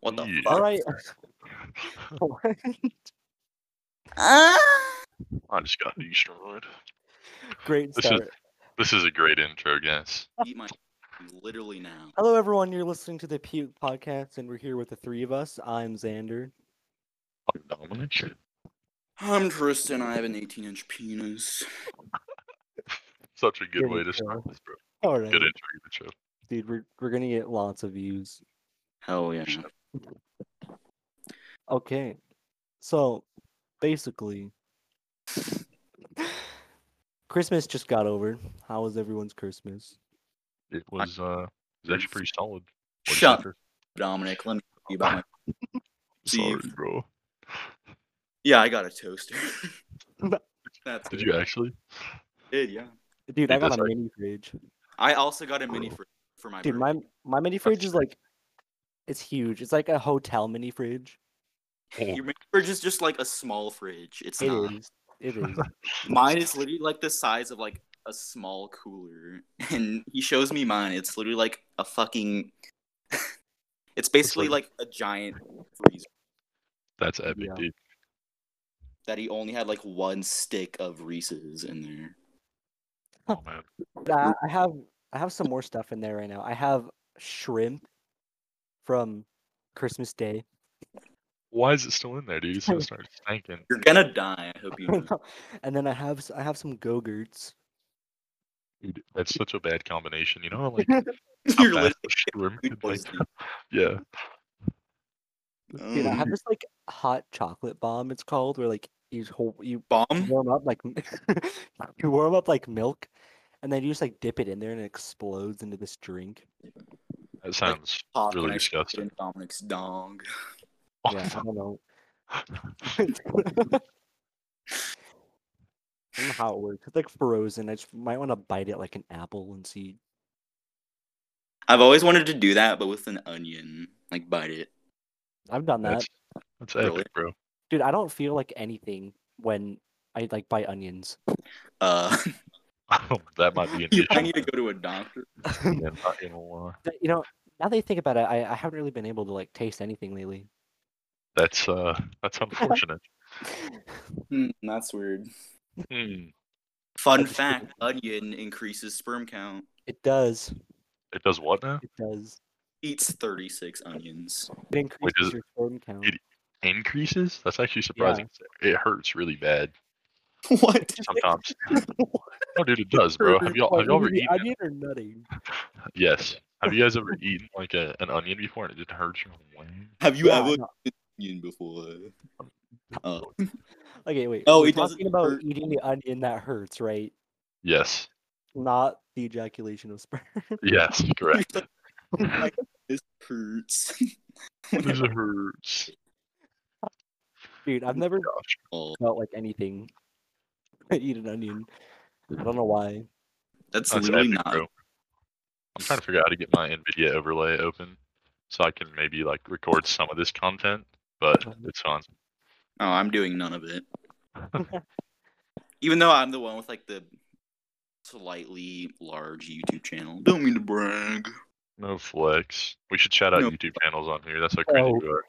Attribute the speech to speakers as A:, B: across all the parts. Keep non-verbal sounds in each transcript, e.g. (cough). A: What the
B: Yeah.
A: fuck?
B: (laughs)
C: right. (laughs)
B: I just got destroyed.
C: Great
B: This is-
C: start.
B: This is a great intro, guys.
A: (laughs) Eat my literally now.
C: Hello, everyone. You're listening to the Puke Podcast, and we're here with the three of us. I'm Xander.
B: I'm Dominic.
A: I'm Tristan. I have an 18 inch penis.
B: Such a good
C: Good
B: way to
C: intro.
B: start this, bro.
C: All
B: Good
C: right,
B: intro, good intro.
C: dude. We're we're gonna get lots of views.
A: Hell yeah.
C: Okay. So, basically, Christmas just got over. How was everyone's Christmas?
B: It was uh, it was actually pretty solid. What'd you
A: Shut
B: think?
A: Dominic.
B: (laughs)
A: Let me tell you about my.
B: Sorry,
A: Steve.
B: bro.
A: Yeah, I got a toaster. (laughs) That's
B: Did
A: good.
B: you actually?
A: Did, yeah.
C: Dude,
B: Yeah,
C: I got
B: that's
C: a
B: right.
C: mini fridge.
A: I also got a mini for, for my
C: Dude,
A: birthday.
C: my my mini fridge is
B: sick.
C: like, it's huge. It's like a hotel mini fridge.
A: Your mini fridge is just like a small fridge. It's
C: It
A: not.
C: is. (laughs) It is.
A: Mine is literally like the size of like a small cooler. (laughs) And he shows me mine. It's literally like a fucking. (laughs) it's basically like a giant freezer
B: That's epic,
C: Yeah.
B: dude.
A: that he only had like one stick of Reese's in there.
B: Oh man,
C: Uh, I have I have some more stuff in there right now. I have shrimp from Christmas Day. (laughs)
B: why is it still in there, dude? It's gonna start stinking.
A: You're gonna die. I hope
C: (laughs)
A: you. know.
C: and then I have s- I have some go-gurts.
B: Dude, that's such a bad combination. You know, how, like how
A: (laughs) You're
B: fast
A: literally
B: the shrimp
A: food
B: could, like,
A: poisoning.
B: yeah,
C: Dude, I
A: Um,
C: have this like hot chocolate bomb it's called where like you hold, you
A: bomb.
C: warm up like (laughs) you warm up like milk and then you just like dip it in there and it explodes into this drink.
B: that sounds
A: Pop
B: really
A: when I shove it
B: disgusting.
A: in Dominic's dong.
C: Yeah, I don't know. (laughs) I don't know how it works. It's like frozen. I just might want to bite it like an apple and see.
A: I've always wanted to do that, but with an onion, like bite it.
C: I've done that.
B: That's that's
A: Really?
B: epic, bro. (laughs)
C: Dude, I don't feel like anything when I like buy
B: (laughs)
C: onions.
A: Uh,
B: Oh, that might be an
A: (laughs) you
B: issue.
A: I need to go to a doctor.
C: But,
B: man, not gonna lie.
C: you know, now that you think about it, I, I haven't really been able to like taste anything lately.
B: That's uh,
A: (laughs)
B: that's unfortunate.
A: Hmm, that's weird.
B: Hmm,
A: (laughs) Fun fact: onion increases sperm count.
C: It does.
B: It does what now?
C: It does.
A: Eats thirty six onions.
C: It increases
B: does it-
C: your sperm count. (laughs)
B: it- Increases? That's actually surprising. It hurts really
C: (laughs)
B: bad
A: (laughs) What?
B: sometimes. no, dude, it does, bro. Have y'all have y'all ever
C: Onion-
B: eaten?
C: onion or nutting? (laughs)
B: Yes. Have you guys ever eaten like a, an onion before and it just hurts your wing?
A: Have you
C: Yeah,
A: ever
C: no.
A: eaten onion before? Uh,
C: Okay, wait.
A: No,
B: Oh,
C: we're
A: it doesn't
C: talking about
A: hurt.
C: eating the onion that hurts, right?
B: Yes.
C: Not the ejaculation of sperm. (laughs)
B: Yes. Correct.
A: (laughs) like, this hurts. (laughs)
B: this hurts.
C: Dude, I've never
B: Gosh.
A: Oh,
C: felt like anything. (laughs) I eat an onion. I don't know why.
A: that's,
B: That's
A: literally
B: epic,
A: not.
B: bro. I'm trying to figure out how to get my NVIDIA overlay open so I can maybe like record some of this content, but it's fine.
A: Oh, I'm doing none of it. Even though I'm the one with like the slightly large YouTube channel. Don't mean to brag.
B: No flex. We should shout out
A: No.
B: YouTube channels on here. That's how cringe
C: Oh.
B: you are.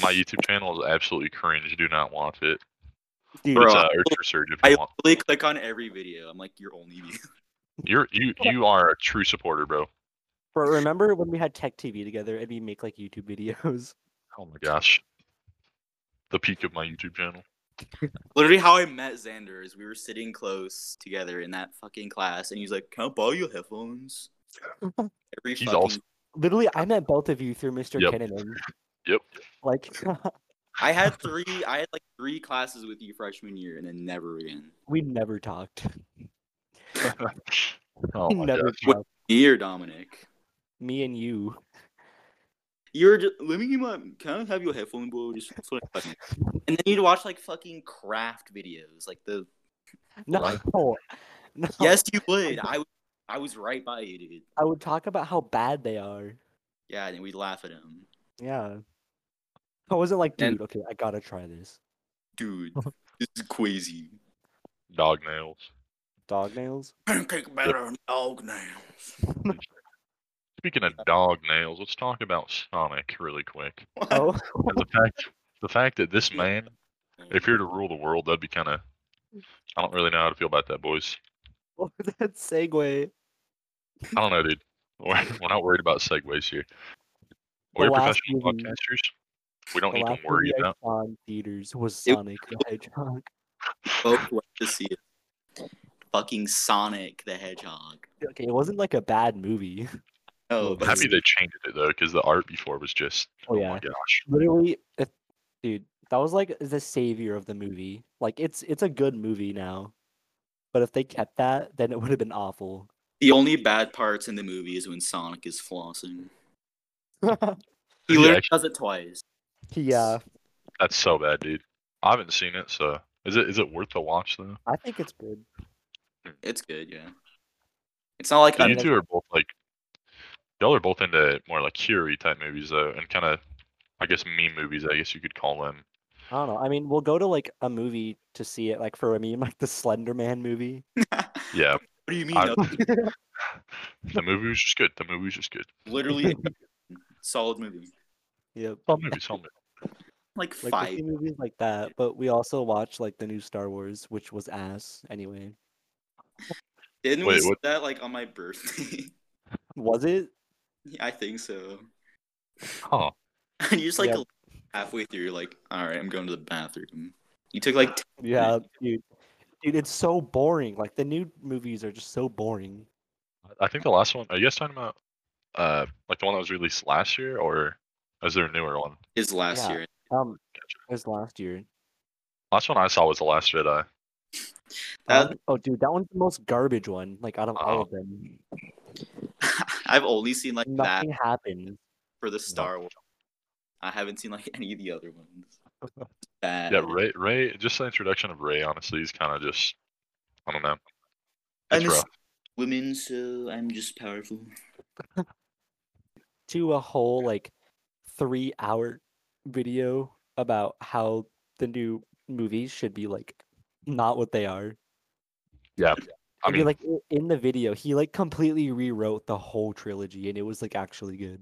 B: My YouTube channel is absolutely cringe. Do not want it.
C: Dude,
B: But it's
A: Bro,
B: uh, Urge Surge if
A: I
B: you want.
A: literally click on every video. I'm like, you're only view.
B: You're you you are a true supporter, bro.
C: Bro, remember when we had Tech TV together and we make like YouTube videos? (laughs)
B: Oh my gosh. The peak of my YouTube channel.
A: (laughs) Literally, how I met Xander is we were sitting close together in that fucking class, and he's like, "Can I borrow your headphones?" Every
B: He's
A: fucking
B: also-
C: Literally, I met both of you through Mr.
B: Yep.
C: Kenneman.
B: Yep.
C: Like, (laughs)
A: I had three. I had like three classes with you freshman year, and then never again.
C: we never talked. (laughs)
B: oh
C: We
B: my
C: never
B: gosh.
C: talked.
A: Year Dominic,
C: Me and you. (laughs)
A: you're just let me get my. Can I have your headphone, bro? Just that's what I fucking. And then you'd watch like fucking craft videos, like the.
C: No.
B: Right.
C: (laughs) no. Oh.
A: Yes, you would. I. I was right by you, dude.
C: I would talk about how bad they are.
A: Yeah, and we'd laugh at him,
C: Yeah. I wasn't like,
A: And-
C: dude, okay, I gotta try this.
A: dude. this is crazy.
B: Dog nails.
C: Dog nails? (laughs)
A: (laughs) Pancake batter and dog nails.
B: Speaking of dog nails, let's talk about Sonic really quick.
C: Oh, (laughs)
B: And the fact, the fact that this man, if you were to rule the world, that'd be kind of. I don't really know how to feel about that, boys.
C: what was oh, that segue.
B: I don't know, dude. We're, (laughs) we're not worried about segues here. We're
C: last
B: professional
C: movie-
B: podcasters. We don't
C: The
B: need to
C: last
B: worry
C: movie I
B: about.
C: saw in theaters was
A: It-
C: Sonic the Hedgehog. (laughs)
A: both went Oh, to see it. Fucking Sonic the Hedgehog.
C: Okay, it wasn't like a bad movie. (laughs)
A: Oh,
B: I'm
A: but
B: happy they changed it though, because the art before was just.
C: Oh,
B: Oh,
C: yeah.
B: my gosh.
C: Literally, it, dude, that was like the savior of the movie. Like it's it's a good movie now, but if they kept that, then it would have been awful.
A: the only bad parts in the movie is when Sonic is flossing. He
B: Yeah,
A: literally
B: actually,
A: does it twice.
C: (laughs) yeah,
B: that's so bad, dude. I haven't seen it, so is it is it worth a watch though?
C: I think it's good.
A: It's good, yeah. It's not like
B: So
A: I'm
B: you
A: like,
B: two are both like, y'all are both into more like Curie type movies though, and kind of, I guess, meme movies. I guess you could call them.
C: I don't know. I mean, we'll go to like a movie to see it. Like for a meme, (laughs) like the Slender Man movie.
A: what
B: Yeah,
A: do you mean?
B: I-
A: no?
B: the movie was just good. The movie was just good.
C: (laughs)
A: literally, solid movie.
C: Yep.
B: Solid movie, solid movie.
A: Like
C: Like we
A: five.
C: see movies like that, but we also watch like the new Star Wars, which was ass anyway.
A: Didn't we
B: Wait,
A: see
B: what-
A: that like on my birthday? (laughs)
C: Was it?
A: Yeah, I think so. (laughs)
B: Huh?
A: And you just like
C: Yeah.
A: halfway through, like, all right, I'm going to the bathroom. You took like, t-
C: Yeah, dude. Dude, it's so boring. Like the new movies are just so boring.
B: I think the last one. Are you guys talking about, uh, like the one that was released last year, or is there a newer one?
A: his last
C: Yeah.
A: year. (laughs)
C: Um,
B: Gotcha.
C: it was last year.
B: Last one I saw was the Last Jedi.
A: That-
C: Um, oh, dude, that one's the most garbage one. Like out of all
B: Oh.
C: of them,
A: I've only seen like that
C: nothing happened.
A: for the Star Wars. I haven't seen like (laughs) any of the other ones.
C: (laughs)
A: Bad.
B: Yeah, Ray. Ray. Just the introduction of Ray. Honestly, is kind of just. I don't know.
A: I'm
B: It's
A: a
B: rough.
A: women, so I'm just powerful.
C: To a whole like three-hour video about how the new movies should be like not what they are.
B: Yeah. I
C: And
B: mean,
C: like i- in the video, he like completely rewrote the whole trilogy, and it was like actually good.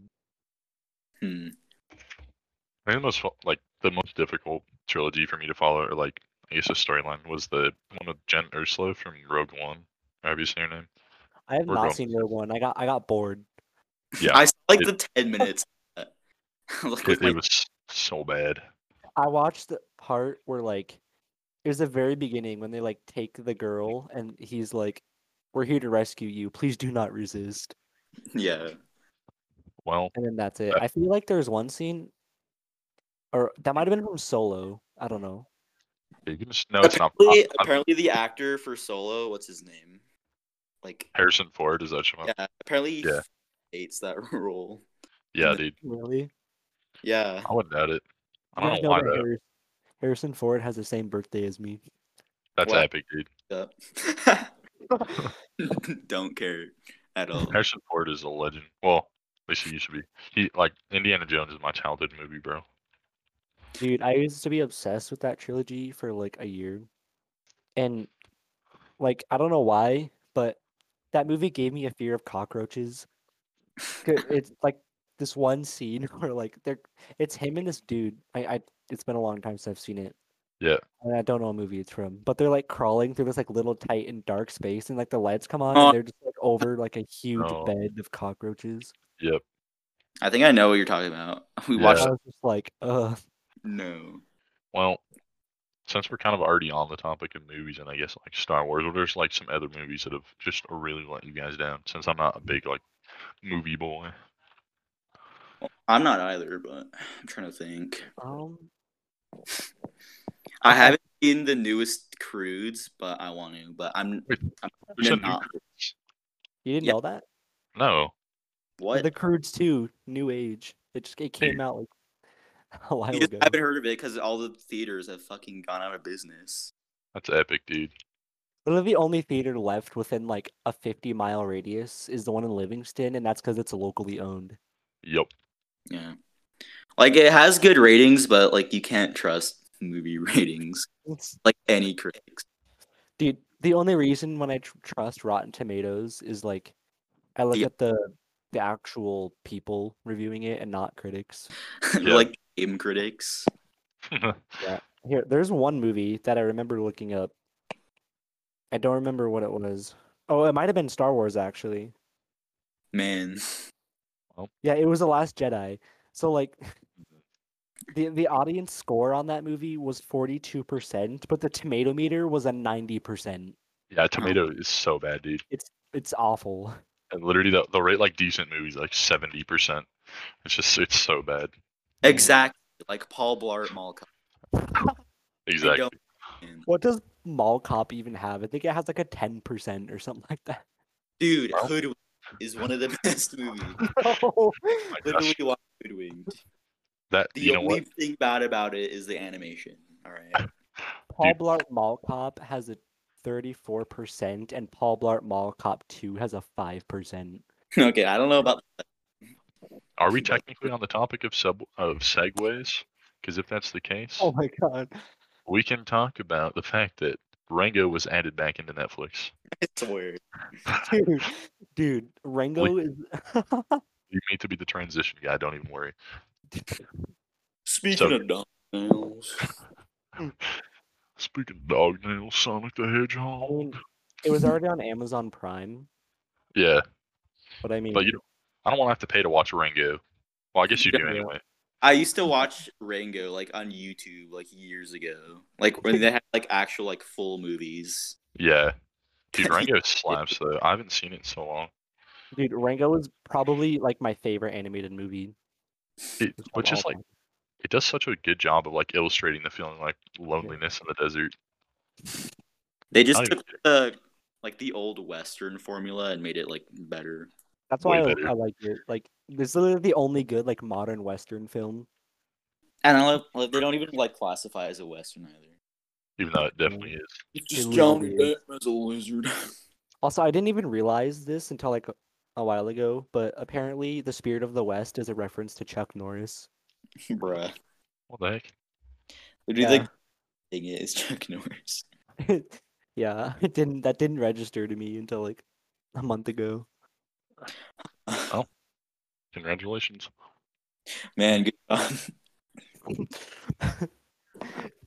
A: Hmm.
B: I think the most fo- like the most difficult trilogy for me to follow, or like I guess the storyline was the one with Jen Ursula from Rogue One. Have you seen her name?
C: I have
B: We're
C: not
B: going-
C: seen Rogue One. I got I got bored.
B: Yeah,
A: I saw like
B: it-
A: the 10 minutes. (laughs) like,
B: It,
A: with my-
B: it was so bad.
C: I watched the part where like it was the very beginning when they like take the girl and he's like, "We're here to rescue you. Please do not resist."
A: yeah.
B: Well,
C: And then that's it.
B: Yeah.
C: I feel like there's one scene, or that might have been from Solo. I don't know.
B: you can just no, it's not. uh,
A: apparently,
B: I'm- I'm-
A: apparently, the actor for Solo, what's his name? Like,
B: Harrison Ford is that your mom?
A: yeah, apparently he
B: Yeah.
A: hates that (laughs) role.
B: Yeah,
A: Yeah.
B: dude.
C: Really?
A: Yeah.
B: I wouldn't doubt it. I
C: You
B: don't
C: guys
B: know why
C: that
B: though.
C: Harris- Harrison Ford has the same birthday as me.
B: That's
A: Wow.
B: epic, dude. (laughs)
A: up. (laughs) Don't care at all.
B: Harrison Ford is a legend. Well, at least he used to be. He like Indiana Jones is my childhood movie, bro.
C: Dude, I used to be obsessed with that trilogy for like a year. And like I don't know why, but that movie gave me a fear of cockroaches. 'Cause
B: (laughs)
C: It's like this one scene (laughs) where like they're it's him and this dude. I, I it's been a long time since I've seen it.
B: Yeah.
C: And I don't know what movie it's from. But they're like crawling through this like little tight and dark space and like the lights come on
A: Oh.
C: and they're just like over like a huge
B: Oh.
C: bed of cockroaches.
B: Yep.
A: I think I know what you're talking about. (laughs) We
B: Yeah.
C: I
A: watched
C: was just like, uh
A: no.
B: Well, since we're kind of already on the topic of movies and I guess like Star Wars, well, there's like some other movies that have just really let you guys down since I'm not a big like movie boy.
A: I'm not either, but I'm trying to think.
C: um
A: I haven't seen the newest Crudes, but I want to. But I'm,
B: Wait,
A: I'm
B: There's a
A: gonna
B: new
A: not.
B: Croods.
C: you didn't
A: Yeah.
C: know that?
B: No.
A: What?
C: The Croods 2, New Age. It just it came out like (laughs) a while
A: You just
C: ago.
A: haven't heard of it because all the theaters have fucking gone out of business.
B: That's epic, dude.
C: Literally, the only theater left within like a 50 mile radius is the one in Livingston, and that's because it's locally owned.
B: Yep. (laughs)
A: Yeah. Like it has good ratings, but like you can't trust movie (laughs) ratings,
C: It's-
A: like any critics. (laughs)
C: dude, the only reason when I tr- trust Rotten Tomatoes is like I look
A: The-
C: at the the actual people reviewing it and not critics.
B: Yeah.
A: like game critics.
C: Here, there's one movie that I remember looking up. I don't remember what it was. Oh, it might have been Star Wars actually.
B: Hmm.
A: Man,
C: Yeah, it was The Last Jedi. So like (laughs) the the audience score on that movie was 42%, but the tomato meter was a 90%.
B: yeah, Tomato is so bad, dude.
C: It's awful. (laughs)
B: And literally, they'll, they'll rate like decent movies like seventy percent. It's just it's so bad.
A: exactly. Like Paul Blart Mall Cop. They
B: Exactly.
A: don't- man.
C: What does mall cop even have? I think it has like a 10% or something like that. (laughs)
A: Dude,
B: Well. Oh
A: Hoodwink is one of the (laughs) best movies.
C: No.
B: Like, that's-
A: Literally, watch Hoodwinked.
B: that
A: The
B: you know
A: only
B: what?
A: thing bad about it is the animation. All right. (laughs)
C: Paul Blart Mall Cop has a 34% and Paul Blart Mall Cop 2 has a 5%.
A: okay, I don't know about
B: Are we technically on the topic of sub of segues? Because if that's the case,
C: Oh my god.
B: we can talk about the fact that Rango was added back into Netflix.
A: it's weird.
C: (laughs) Dude, dude Rango is
B: You need to be the transition guy. Don't even worry.
A: Speaking
B: So-
A: of Domino's,
B: Speaking of dog nails, Sonic the
C: I
B: Hedgehog.
C: mean, it was already on Amazon Prime,
B: Yeah,
C: but I mean,
B: but you don't, I don't want to have to pay to watch Rango. Well, I guess you do
C: Yeah.
B: anyway.
A: I used to watch Rango like on YouTube like years ago, like when they had like actual like full movies.
B: Yeah,
C: (laughs)
B: dude, Rango slaps though. I haven't seen it in so long.
C: dude, Rango is probably like my favorite animated movie.
B: It,
C: of
B: but just
C: all
B: like
C: time.
B: it does such a good job of like illustrating the feeling like loneliness in the desert.
A: They
C: Oh,
A: just
B: I don't
A: took the like the old Western formula and made it like better.
C: that's
B: way
C: why I,
B: better.
C: I like it. Like, this is literally the only good like modern Western film.
A: And I love like, they don't even like classify it as a Western either.
B: Even though it definitely
C: Mm.
B: is.
A: It's
C: just literally Johnny is.
A: as a lizard. (laughs)
C: Also, I didn't even realize this until like a- a while ago, but apparently, The Spirit of the West is a reference to Chuck Norris. (laughs)
A: Bruh.
B: What the heck?
A: Literally,
C: Yeah.
A: the thing is Chuck Norris.
C: yeah, (laughs) it didn't that didn't register to me until like a month ago.
B: Oh. Congratulations.
A: (laughs) Man, good job.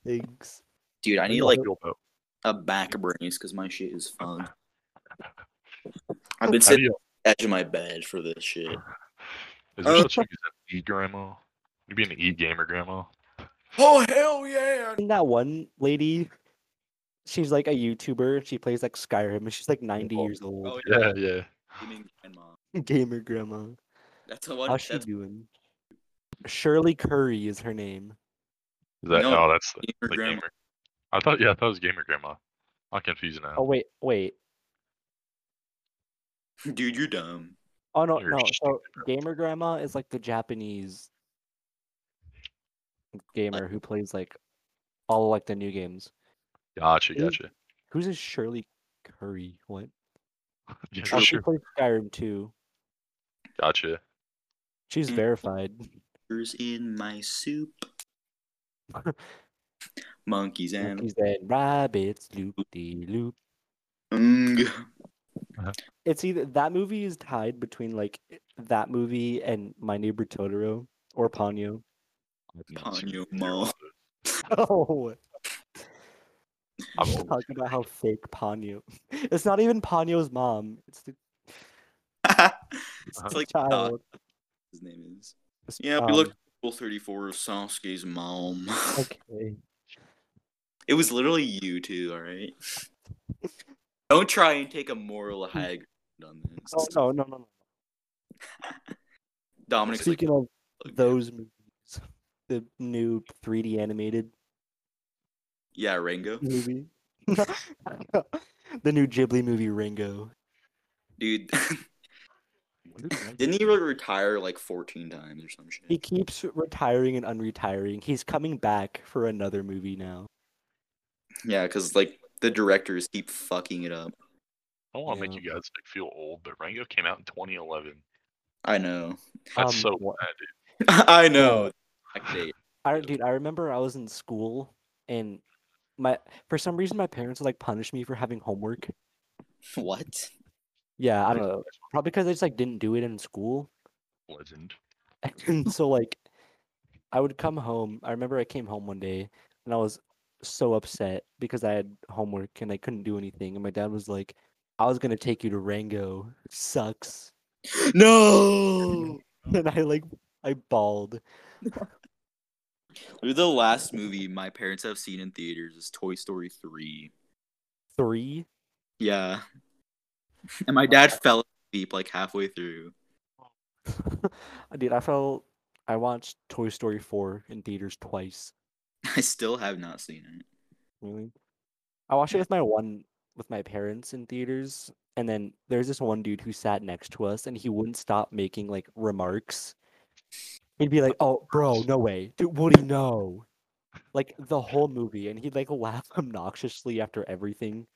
C: Thanks.
A: Dude, I
B: We
A: need
B: all
A: like
B: feel about-
A: a back brace because my shit is fun. I've been
B: How do
A: sitting
B: you-
A: on the edge of my bed for this shit.
B: Is there
A: Uh,
B: such a thing as an e grandma? You being an e gamer grandma?
A: Oh hell yeah!
C: seen that one lady? She's like a YouTuber. She plays like Skyrim, and she's like 90
B: Oh,
C: years old.
A: Oh yeah,
B: Yeah, yeah.
A: you mean grandma.
C: (laughs) Gamer grandma.
A: That's a one.
C: How's she
A: that's
C: doing? Shirley Curry is her name.
B: Is that
A: No,
B: oh that's the,
A: gamer
B: the
A: grandma.
B: gamer. I thought yeah, I thought it was gamer grandma. I'm confused now.
C: Oh wait, wait.
A: Dude, you're dumb.
C: Oh no,
B: You're
C: no. So
B: stupid, bro.
C: gamer grandma is like the Japanese gamer who plays like all like the new games.
B: Gotcha,
C: Who-
B: gotcha. (laughs)
C: Who's this Shirley Curry? What?
B: Yeah,
C: Oh,
A: True.
C: she
B: sure.
C: plays Skyrim too.
B: Gotcha.
C: She's
A: Mm.
C: verified.
A: Monsters in my
C: (laughs)
A: soup. Monkeys and
C: Monkeys and rabbits, loop de loop.
A: Mm.
C: it's either that movie is tied between like i- that movie and My Neighbor Totoro or Ponyo. (laughs)
A: Ponyo Mall.
C: Oh,
B: I'm
C: I'm
B: old.
C: talking about how fake Ponyo. (laughs) It's not even Ponyo's mom. It's the
B: Uh-huh.
A: it's like
C: child.
A: (laughs) his name is.
C: It's,
A: Yeah, we looked
C: um,
A: Rule 34 of Sasuke's mom. (laughs)
C: Okay.
A: It was literally you two, all right? Don't try and take a moral high ground on this.
C: Oh no, no, no, no.
A: Dominic's
C: Speaking of
A: like,
C: those movies, the new 3D animated
A: yeah, Rango.
C: movie, (laughs) the new Ghibli movie Ringo.
A: Dude, (laughs)
B: What is that?
A: didn't he really retire like 14 times or some
C: He
A: shit?
C: keeps retiring and unretiring. He's coming back for another movie now.
A: Yeah, because like the directors keep fucking it up.
B: I don't want to
C: Yeah.
B: make you guys like, feel old, but Rango came out in 2011.
A: I know. (laughs)
B: That's
C: Um,
B: so
C: what-
B: bad, dude.
A: I know. Back date.
C: I
B: Yeah.
C: dude, I remember I was in school and my for some reason my parents would like punish me for having homework.
A: (laughs) What?
C: Yeah, I don't know. Probably because I just like didn't do it in school. (laughs)
B: Legend.
C: And so like I would come home. I remember I came home one day and I was so upset because I had homework and I couldn't do anything. And my dad was like, I was gonna take you to Rango. It sucks. (laughs)
A: No.
C: And I like I bawled.
A: Literally, The last movie my parents have seen in theaters is Toy Story 3.
C: Three? (laughs)
A: Yeah. And my dad fell asleep like halfway through. (laughs)
C: Dude, I felt I watched Toy Story four in theaters twice.
A: I still have not seen it.
C: Really? I watched it with my one with my parents in theaters, and then there's this one dude who sat next to us, and he wouldn't stop making like remarks. He'd be like, "Oh, bro, no way, dude, Woody, no!" Like the whole movie, and he'd like (laughs) laugh obnoxiously after everything.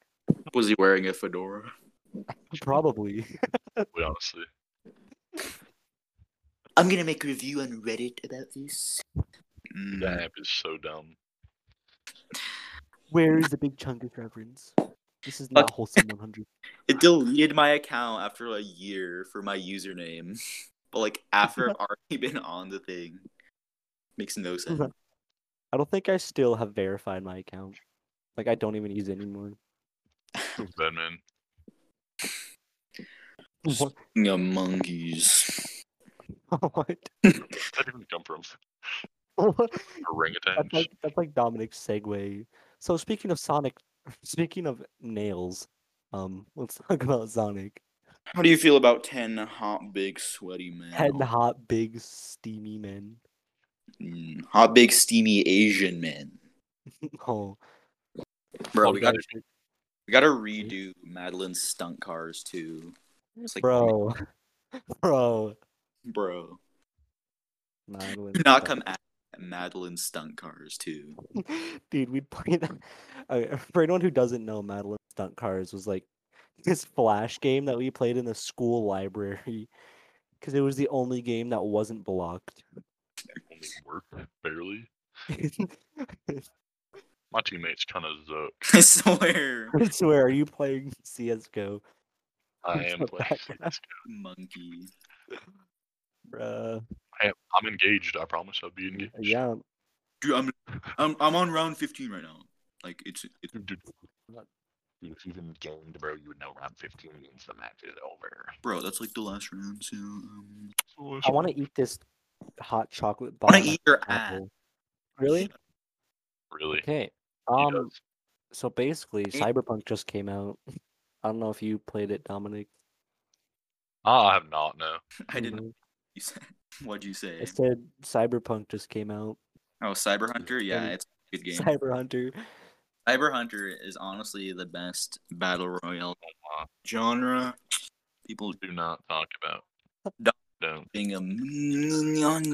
A: Was he wearing a fedora?
C: Probably. (laughs)
B: We honestly.
A: I'm gonna make a review on Reddit about this. Mm.
B: That app is so dumb.
C: Where is the big chungus reference? This is not wholesome 100.
A: It deleted my account after a year for my username, (laughs) but like (laughs) after I've already been on the thing, makes no sense. (laughs)
C: I don't think I still have verified my account. Like I don't even use it anymore.
B: Batman.
C: What?
A: Speaking of monkeys,
C: (laughs) what? (laughs)
B: Where did that even come from?
C: What?
B: Orangutans.
C: That's like that's like Dominic's segue. So speaking of Sonic, (laughs) speaking of nails, um, let's (laughs) talk about Sonic.
A: how do you feel about ten hot, big, sweaty men?
C: Ten hot, big, steamy men. (laughs)
A: Mm, hot, big, steamy Asian men.
C: Oh,
A: Bro,
B: Oh,
A: we
B: yeah.
A: got to we got to redo Madeline's stunt cars too, like-
C: bro, (laughs) bro.
A: bro.
C: Madeline,
A: Do not come at Madeline's stunt cars too.
C: (laughs)
A: (laughs)
C: dude. We'd play that. (laughs) Okay, for anyone who doesn't know, Madeline Stunt Cars was like this flash game that we played in the school library (laughs) because it was the only game that wasn't blocked. (laughs)
B: Only work barely. My teammates kind of zook.
A: I swear,
C: I swear, are you playing CS:GO,
B: I
C: It's
B: am
C: so
B: playing. (laughs)
C: bad.
B: CS:GO.
A: monkey.
C: bruh?
B: I am, I'm engaged. I promise I'll be engaged.
C: Yeah,
A: Dude, I'm I'm I'm on round 15 right now. Like it's it's
B: Dude, dude, dude, if you've engaged, bro, you would know round 15 means the match is over.
A: bro. That's like the last round. So um,
C: I want to eat this hot chocolate bar.
A: I want to eat your ass.
C: apple. Really?
B: Really?
C: Okay.
B: He
C: Um.
B: does.
C: So basically,
A: Hey.
C: Cyberpunk just came out. (laughs) I don't know if you played it, Dominic.
B: Ah, I have not, no.
A: (laughs) I didn't.
C: Mhm.
A: You said, (laughs) what'd you
C: I
A: say?
C: said Cyberpunk just came out.
A: Oh, Cyber Hunter. Yeah,
C: Um,
A: it's a good game.
C: Cyber Hunter.
A: Cyber Hunter is honestly the best battle royale
B: Uh,
A: genre. People
B: do not talk about.
A: Don't.
B: Don't.
A: being a monkey.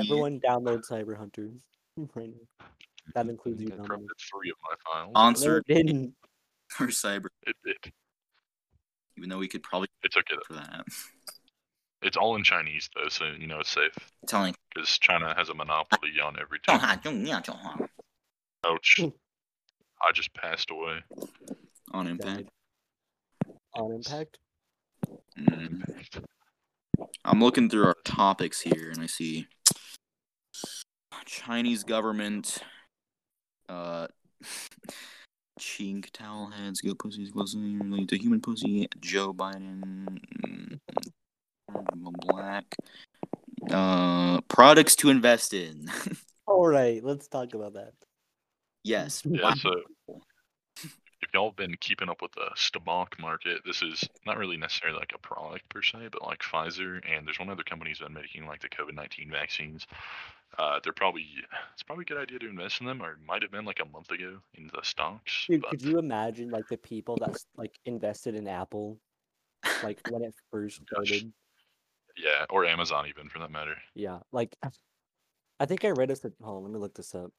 C: Everyone download Cyber Hunter. (laughs) right now. That includes you,
B: It corrupted
C: Dominic. Um
B: three of my files.
C: No,
A: sponsor
C: it didn't.
A: for Cyber,
B: It, it,
A: even though we could probably
B: it's okay.
A: for that.
B: It's all in Chinese though, so you know it's safe
A: Telling
B: because China has a monopoly on every
A: don't
B: time.
C: (laughs)
B: Ouch!
C: Hmm.
B: I just passed away.
A: on impact.
C: Died. On impact.
A: Mm.
C: Mm-hmm.
A: I'm looking through our topics here, and I see Chinese government, uh, (laughs) chink towel heads, go pussies closely related to human pussy. Joe Biden, mm, black, uh, products to invest in. (laughs)
C: All right, let's talk about that.
A: yes,
B: Yeah. So if y'all been keeping up with the stock market, this is not really necessarily like a product per se, but like Pfizer and there's one other company's been making like the COVID nineteen vaccines. Uh, they're probably it's probably a good idea to invest in them, or it might have been like a month ago in the stocks.
C: Dude,
B: but
C: could you imagine like the people that like invested in Apple, like when it first
B: Gosh.
C: started?
B: yeah, or Amazon even for that matter.
C: Yeah, like I think I read a stat- Hold on, let me look this up.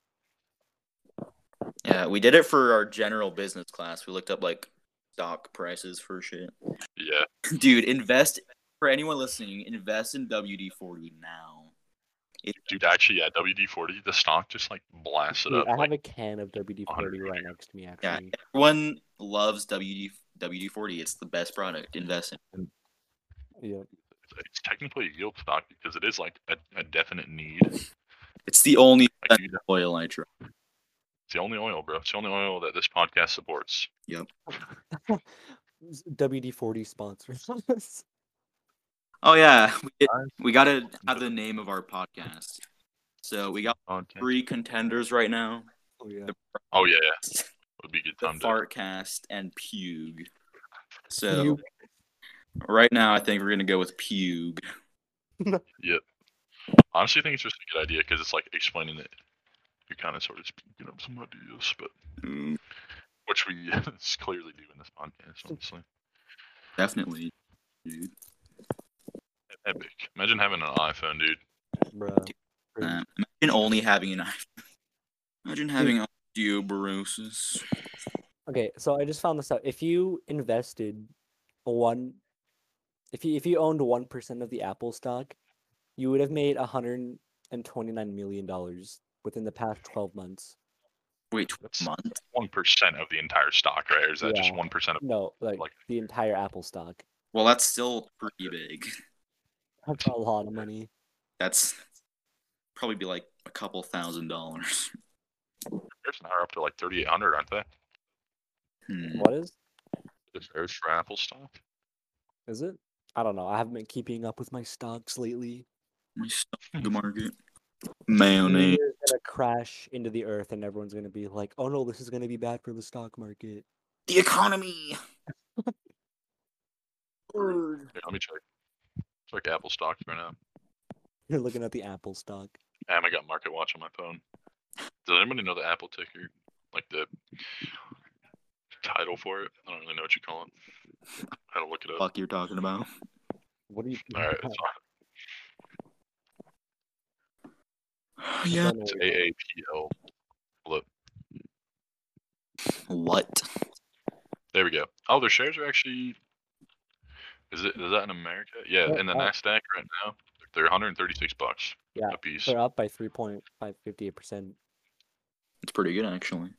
A: yeah, we did it for our general business class. We looked up like stock prices for shit. (laughs)
B: Yeah,
A: Dude, invest for anyone listening. Invest in WD forty now.
B: dude. Actually, yeah, WD forty, the stock just like blasted
C: Dude,
B: up.
C: I
B: uh, like,
C: have a can of WD forty
B: 100
C: right
B: million.
C: next to me.
A: Yeah.
C: Actually,
A: Everyone loves WD WD forty. It's the best product. Invest in.
C: Yeah.
B: It's technically a yield stock because it is like a, a definite need.
A: It's the only
B: Like you,
A: oil I try.
B: it's the only oil, bro. It's the only oil that this podcast supports.
C: WD forty sponsors (laughs) us.
A: Oh yeah, we, did-
B: Nice.
A: we gotta have the name of our podcast. So we got
B: Okay.
A: three contenders right now:
C: Oh yeah.
B: Oh yeah, yeah. would be a good
A: the
B: time to.
A: Fartcast and Pugue. So right now, I think we're gonna go with Pugue.
B: Honestly, I think it's just a good idea because it's like explaining it. You're kind of sort of speaking up some ideas, but which we (laughs) clearly do in this podcast, honestly.
A: Definitely, dude.
B: Epic. Imagine having an iPhone, dude.
C: Bruh.
A: Uh, imagine only having an iPhone. Imagine having osteoporosis.
C: Okay, so I just found this out. If you invested one, if you if you owned one percent of the Apple stock, you would have made hundred and twenty nine million dollars within the past twelve months.
A: Wait, twelve
B: That's-
A: months?
B: One percent of the entire stock, right? Or is that just
C: Yeah.
B: one percent of?
C: No, like,
B: Like-
C: the entire Apple stock. (laughs)
A: Well, that's still pretty big.
C: That's a lot of money.
A: That's probably be like a couple thousand dollars. (laughs)
B: There's now up to like 3,800, aren't they?
A: Hmm.
C: What is?
B: The shares for Apple stock.
C: Is it? I don't know. I haven't been keeping up with my stocks lately.
A: My stock the
B: Hmm.
A: market.
C: Maybe
A: Mayonnaise.
C: There's gonna crash into the earth, and everyone's gonna be like, "Oh no, this is gonna be bad for the stock market." (laughs)
A: The economy. (laughs) Word.
B: Here, let me check. Check Apple stocks right now.
C: You're looking at the Apple stock.
B: Damn, I got Market Watch on my phone. Does anybody know the Apple ticker? Like the title for it? I don't really know what you call it. I had to look it up.
A: Fuck you're talking about. (sighs)
C: What do you?
B: All
C: (laughs)
B: right, Oh, it's,
A: yeah.
B: it's AAPL. Look,
A: What?
B: there we go. Oh, their shares are actually. Is it? Is that in America? Yeah,
C: They're
B: in the
C: up.
B: Nasdaq right now, they're 136 bucks
C: Yeah,
B: a piece.
C: They're up by three point five fifty eight percent.
A: It's pretty good actually.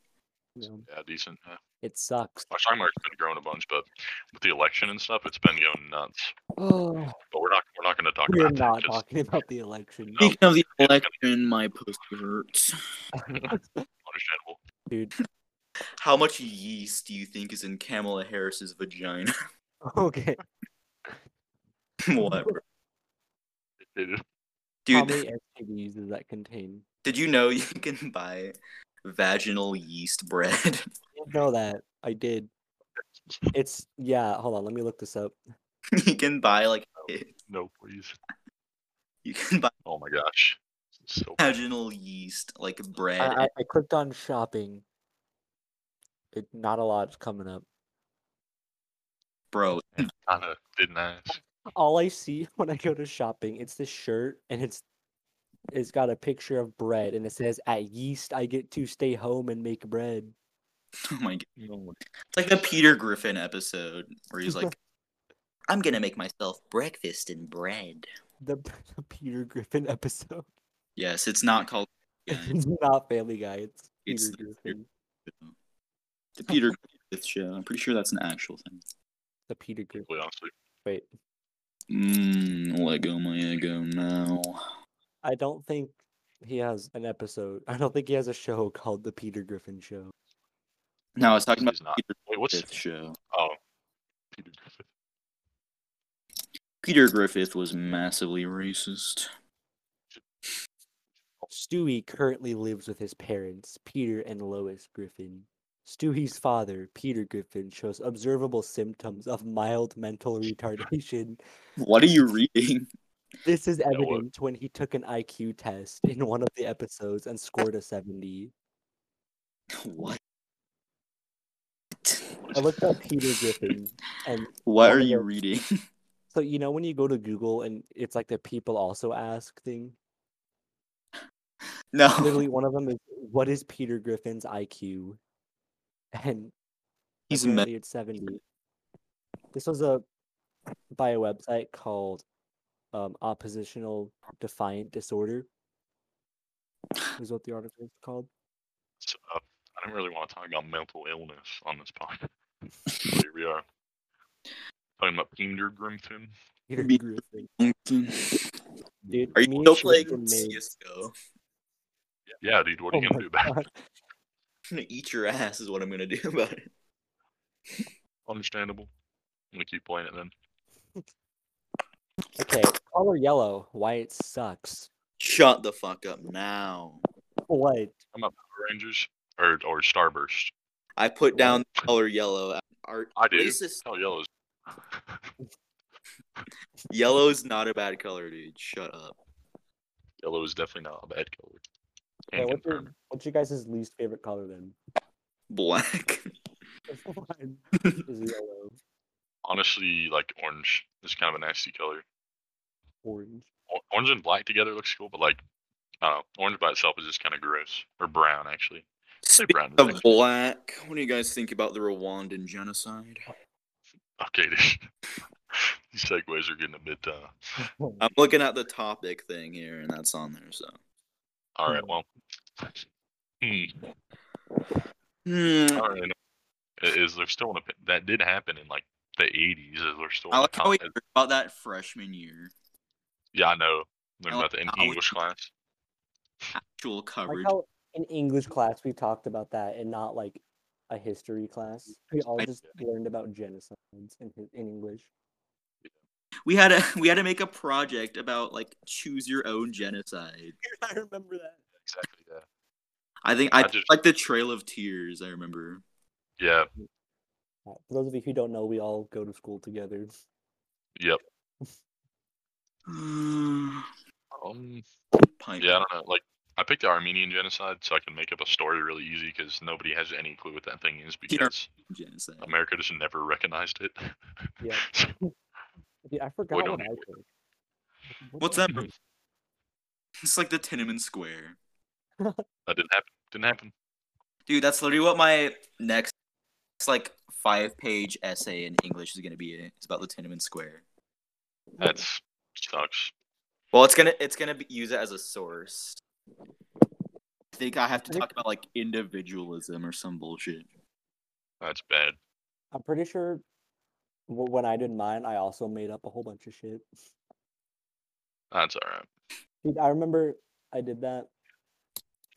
B: Yeah, decent. Yeah.
C: It sucks.
B: Our stock market's been growing a bunch, but with the election and stuff, it's been going nuts.
C: (laughs) Oh,
B: But we're not. We're not going to talk
C: we're
B: about
C: not
B: that. 'cause-
C: talking about the election, Oh,
B: No.
A: Speaking of the election, my pussy hurts.
B: Understandable.
C: dude. (laughs)
A: How much yeast do you think is in Kamala Harris's vagina? (laughs)
C: Okay,
A: what? bro?
B: It is-
C: how
A: Dude,
C: many STDs does that contain?
A: did you know you can buy vaginal yeast bread? (laughs)
C: Didn't know that. I did. It's yeah. Hold on, let me look this up.
A: you can buy like
B: No, please.
A: you can buy
B: Oh my gosh. So
A: vaginal yeast like bread.
C: I, I, I clicked on shopping. It not a lot's coming up.
A: (laughs) Bro,
B: kind of didn't ask.
C: All I see (laughs) when I go to shopping, it's this shirt and it's it's got a picture of bread and it says at yeast I get to stay home and make bread.
A: oh my god.
B: No.
A: It's like the Peter Griffin episode where he's
C: (laughs)
A: like I'm gonna make myself breakfast and bread.
C: The, (laughs) the Peter Griffin episode. (laughs)
A: Yes, it's not called yeah,
C: It's not Family Guy.
A: It's
C: It's Peter
A: the Peter-
C: Griffin.
A: the Peter Griffith show. I'm pretty sure that's an actual thing.
C: The Peter Griffin.
B: Honestly,
C: Wait,
A: Mmm, let go my ego now.
C: I don't think he has an episode. I don't think he has a show (laughs) called The Peter Griffin Show.
A: No, I was talking
B: this
A: about
B: is not.
A: Peter
B: Wait, what's
A: Griffith show.
B: oh? Peter Griffin.
A: Peter Griffith was massively racist.
C: Stewie currently lives with his parents, Peter and Lois Griffin. Stewie's father, Peter Griffin, shows observable symptoms of mild mental retardation.
A: What are you reading? (laughs)
C: This is
B: what-
C: evident when he took an IQ test in one of the episodes and scored a 70. (laughs)
A: What?
C: I looked up Peter Griffin, and
A: What are
C: What
A: you
C: are-
A: reading? (laughs)
C: So you know when you go to Google and it's like the people also ask thing.
A: No,
C: Literally, one of them is what is Peter Griffin's IQ, and (laughs)
A: he's a
C: apparently it's seventy. This was a by a website called um, Oppositional Defiant Disorder. Is what the article is called.
B: So, uh, I don't really want to talk about mental illness on this podcast. So here we are. Talking about Peter Grimton.
C: Peter
A: Be-
C: Griffin. Dude,
A: Dude, Are
C: me
A: you
C: and
A: still
C: Shane can
A: playing
C: make-
A: CSGO?
B: Yeah, dude, what are
C: Oh
B: you
C: my
B: gonna do about it?
C: God.
A: I'm gonna eat your ass is what I'm gonna do (laughs) about it.
B: Understandable. I'm gonna keep playing it then.
C: Okay, color yellow, why it sucks.
A: Shut the fuck up now.
C: What?
B: I'm about Power Rangers or or Starburst.
A: I put down the color yellow. Art
B: I do.
A: racist.
B: Hell, yellows.
A: Yellow's not a bad color, dude. Shut up.
B: Yellow is definitely not a bad color.
C: Okay,
B: Can
C: what's, your,
B: confirm.
C: what's your guys' least favorite color then? (laughs)
A: Black.
C: Mine is yellow,
B: Honestly, like orange is kind of a nasty color.
A: (laughs)
C: orange.
B: Or- Orange and black together looks cool, but like I don't know, orange by itself is just kind of gross. Or brown actually. Say brown. is
A: Of
B: actually-
A: black. What do you guys think about the Rwandan genocide?
B: (laughs) Okay, dude. These segues are getting a bit. uh
A: I'm looking at the topic thing here, and that's on there. So,
B: All right, well. Hmm.
A: Hmm,
B: All right. It is there still an opi- that did happen in like the 80s? Is there still?
A: I
B: an
A: like how we
B: opinion-
A: heard about that freshman year.
B: yeah, I know. Learned
A: Oh,
B: about the in
A: I would-
B: English class.
A: Actual
C: like
A: coverage.
C: how in English class we talked about that and not like a history class. We all
A: I-
C: just learned about genocides in, hi- in English.
A: We had a (laughs) we had to make a project about like choose your own genocide.
C: I remember that.
B: Exactly. Yeah.
A: I think I,
B: I just-
A: like the Trail of Tears. I remember. (sighs)
B: Yeah.
C: Uh, For those of you who don't know, we all go to school together.
B: Yep.
A: Pint.
B: Um, yeah. I don't know. Like, I picked the Armenian genocide so I can make up a story really easy because nobody has any clue what that thing is because
A: genocide.
B: America just never recognized it. (laughs)
C: Yeah.
B: So,
C: (laughs) Dude, I forgot
B: don't
C: what I
B: know.
C: picked. What
A: What's
C: did I
A: that? movie? It's like the Tiananmen Square,
B: that didn't happen. Didn't happen.
A: dude. That's literally what my next it's like five page essay in English is gonna be. It's about the Tiananmen Square.
C: pick?
B: That's sucks.
A: Well, it's gonna it's gonna be, use it as a source. I think I have to talk about like individualism or some bullshit.
B: That's bad.
C: I'm pretty sure wh- when I did mine, I also made up a whole bunch of shit.
B: That's all right.
C: Dude, I remember I did that.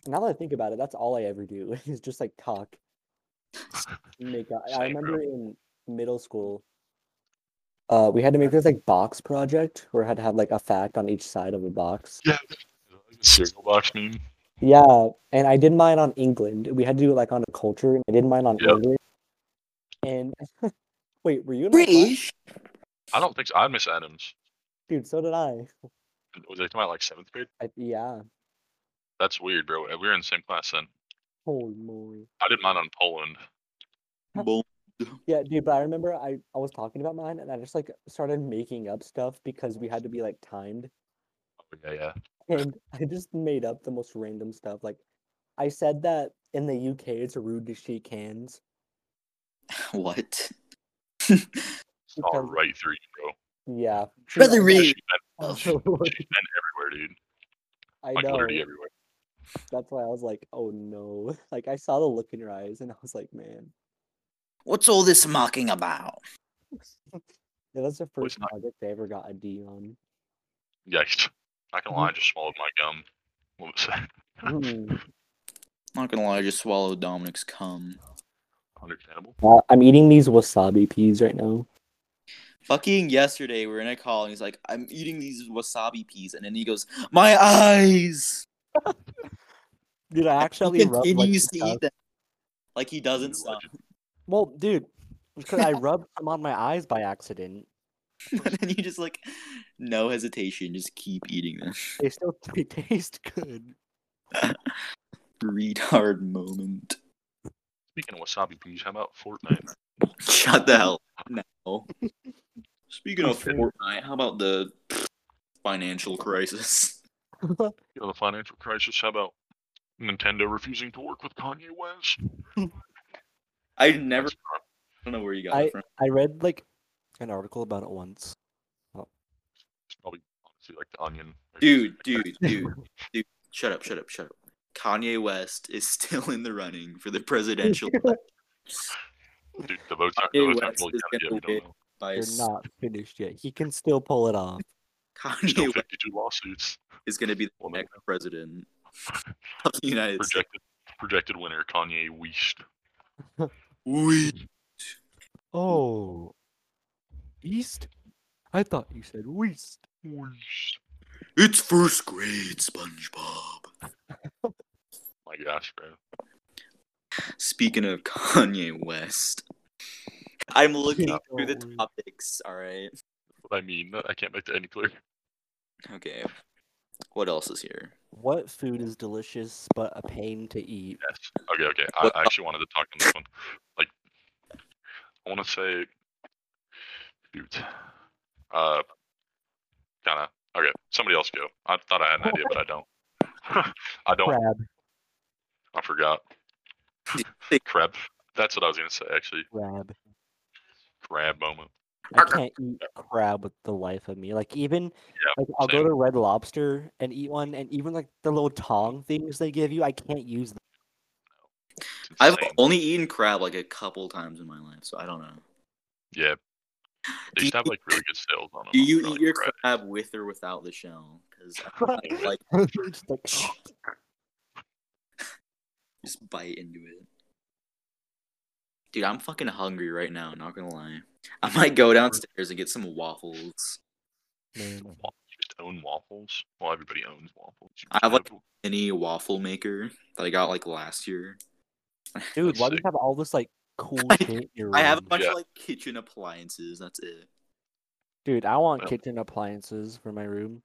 C: Now that I think about it, that's all I ever do (laughs) is just like
B: (laughs)
C: talk. Make up. I
B: Same, bro.
C: remember in middle school, uh, we had to make this like box project where I had to have like a fact on each side of a box.
B: Yeah. Cereal box meme.
C: Yeah, and I did mine on England. We had to do it like on a culture, and I did mine on
B: Yep.
C: England. And (laughs) wait, were you in my class?
B: I don't think so. I miss Adams.
C: Dude, so did I.
B: Was I talking about like seventh grade?
C: I. Yeah.
B: That's weird, bro. We were in the same class then.
C: Holy moly.
B: I did mine on Poland.
A: Bull-
C: Yeah, dude, but I remember I, I was talking about mine and I just like started making up stuff because we had to be like timed.
B: Oh, yeah, yeah.
C: And (laughs) I just made up the most random stuff. Like I said that in the UK it's rude to shake hands.
A: What?
B: Saw
C: Because-
B: right through you,
C: Yeah.
A: Brother
B: bro.
C: true, I-
B: Yeah,
A: Reed.
B: she's been,
C: (laughs) Oh, Lord,
B: she's been everywhere, dude.
C: I
B: Like
C: know.
B: literally everywhere.
C: That's why I was like, oh no. (laughs) Like I saw the look in your eyes and I was like, man.
A: What's all this mocking about?
C: Yeah, that's the first
B: not-
C: project I ever got a D (laughs) on.
B: Yikes. Not gonna
C: Mhm.
B: lie, (laughs) I just swallowed my gum. What was that? (laughs)
C: Mm,
A: Not gonna lie, I just swallowed Dominic's cum.
B: Understandable.
C: uh, I'm eating these wasabi peas right now.
A: Fucking yesterday, we are in a call, and he's like, "I'm eating these wasabi peas," and then he goes, "My eyes!"
C: Dude, (laughs)
A: he
C: I actually rubbed like,
A: continues to
C: the stuff-
A: eat them like he doesn't
B: You
A: stop. (laughs)
B: legend.
C: Well, dude, because I rubbed some on my eyes by accident.
A: and then you just like, no hesitation, just keep eating them.
C: They still (laughs) they taste good.
A: Retard moment.
B: Speaking of wasabi peas, how about Fortnite?
A: Shut the hell up now. Speaking of
B: Okay.
A: Fortnite, how about the financial crisis?
B: You know, the financial crisis. How about Nintendo refusing to work with Kanye West?
A: I never.
B: That's fine.
A: I don't know where you got it from.
C: I read like an article about it (laughs) once.
B: It's probably honestly like the onion. or
A: Dude,
B: something like
A: dude, dude, dude. Shut up, shut up, shut up. (laughs)
C: (laughs)
A: Kanye West is still in the running for the presidential.
B: Dude, the vote's
A: Kanye
B: not, the vote's not
A: West
B: fully
A: is
B: counted yet. We
A: gonna
B: don't know.
A: by
C: They're
A: s-
C: not finished yet. He can still pull it off.
B: There's still
A: Kanye West
B: 52 lawsuits.
A: is going to be the
B: Well, no.
A: next president of the United States.
B: Projected projected winner Kanye West.
A: We
C: Oh, east. I thought you said west.
B: West.
A: it's first grade, SpongeBob.
B: My gosh, bro.
A: Speaking of Kanye West, I'm looking
C: (laughs) Yeah.
A: through the
C: Don't worry.
A: topics. All right.
B: What I mean, I can't make that any clearer.
A: Okay. What else is here?
C: What food is delicious but a pain to eat?
B: Yes. Okay, okay. I,
A: uh
B: I actually wanted to talk on this one. Like, I want to say, shoot. Uh, kind of. Okay, somebody else go. I thought I had an idea, but I don't. (laughs) I don't.
C: Crab.
B: I forgot. Crab. That's what I was gonna say. Actually,
C: Crab.
B: crab moment.
C: I can't eat crab with the life of me. Like even like I'll go
B: same.
C: to Red Lobster and eat one, and even like the little tong things they give you, I can't use them.
B: It's
A: I've
B: insane.
A: only eaten crab like a couple times in my life, so I don't know.
B: Yeah. They
A: Do
B: used to have
A: you-
B: like really good sales on them.
A: Do
B: on-
A: you
B: on,
A: eat
B: Oh, like,
A: your
B: crab.
A: crab with or without the shell? Because
C: (laughs)
A: I like
C: Just (laughs) like,
A: just bite into it. Dude, I'm fucking hungry right now. Not gonna lie. I might go downstairs and get some waffles.
C: man,
B: Wa- You just own waffles. Well, everybody owns waffles. You
A: I
B: just
A: have, like- Any waffle maker that I got like last year.
C: dude, why do you
B: sick.
C: have all this like cool shit in your
A: I have a
C: room?
A: bunch
B: Mm, Yeah.
A: of like kitchen appliances. That's it.
C: Dude, I want
B: Well.
C: kitchen appliances for my room.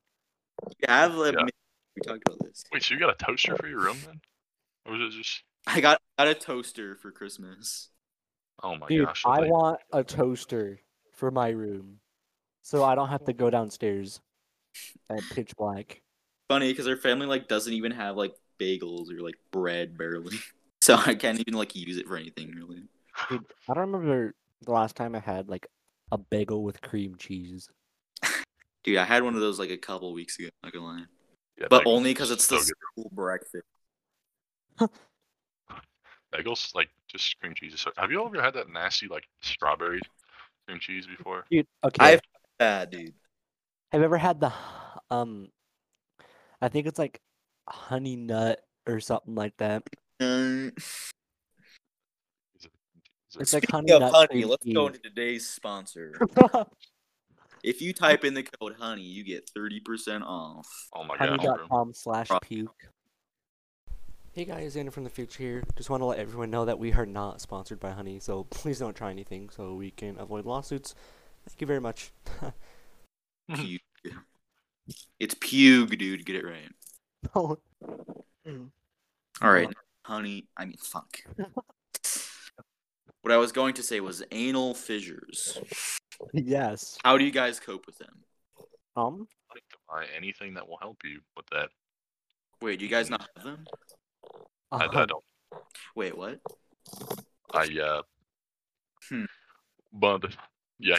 A: You have like,
B: Yeah.
A: we talked about this.
B: Wait, so you got a toaster for your room then? Or was it just?
A: I got got a toaster for Christmas.
B: Oh my
C: Dude,
B: gosh.
C: I
B: like-
C: want a toaster for my room, so I don't have to go downstairs at pitch black.
A: Funny because our family like doesn't even have like bagels or like bread barely, (laughs) so I can't even like use it for anything really.
C: Dude, I don't remember the last time I had like a bagel with cream cheese.
A: Dude, I had one of those like a couple weeks ago. Not gonna lie,
B: Yeah,
A: but only 'cause
B: bagels
A: only because
B: is
A: it's
B: so
A: the
B: good.
A: school breakfast.
B: bagels like just cream cheese. is So have you all ever had that nasty like strawberry cream cheese before?
C: Dude, okay.
A: I've- Bad dude.
C: Have you ever had the um I think it's like honey nut or something like that.
A: Um,
B: Is it- is it-
C: It's like honey
A: speaking of
C: nut.
A: honey,
C: cream
A: let's go
C: cheese.
A: into today's sponsor.
C: (laughs)
A: if you type in the code honey, you get thirty percent
C: (laughs)
A: off.
B: oh my gosh, bro.
C: honey.com slash
A: Pro-
C: puke. Hey guys, Xander from the future here. Just want to let everyone know that we are not sponsored by Honey, so (laughs) please don't try anything so we can avoid lawsuits. Thank you very much. (laughs)
A: Pug. It's pug, dude. Get it right. All right, honey. I mean, fuck. what I was going to say was anal fissures.
C: yes.
A: How do you guys cope with them?
C: Um,
B: I'd like to buy anything that will help you with that.
A: Wait, do you guys not have them?
B: I, I
C: um,
B: don't.
A: Wait, what?
B: I uh.
A: Hmm.
B: But yeah,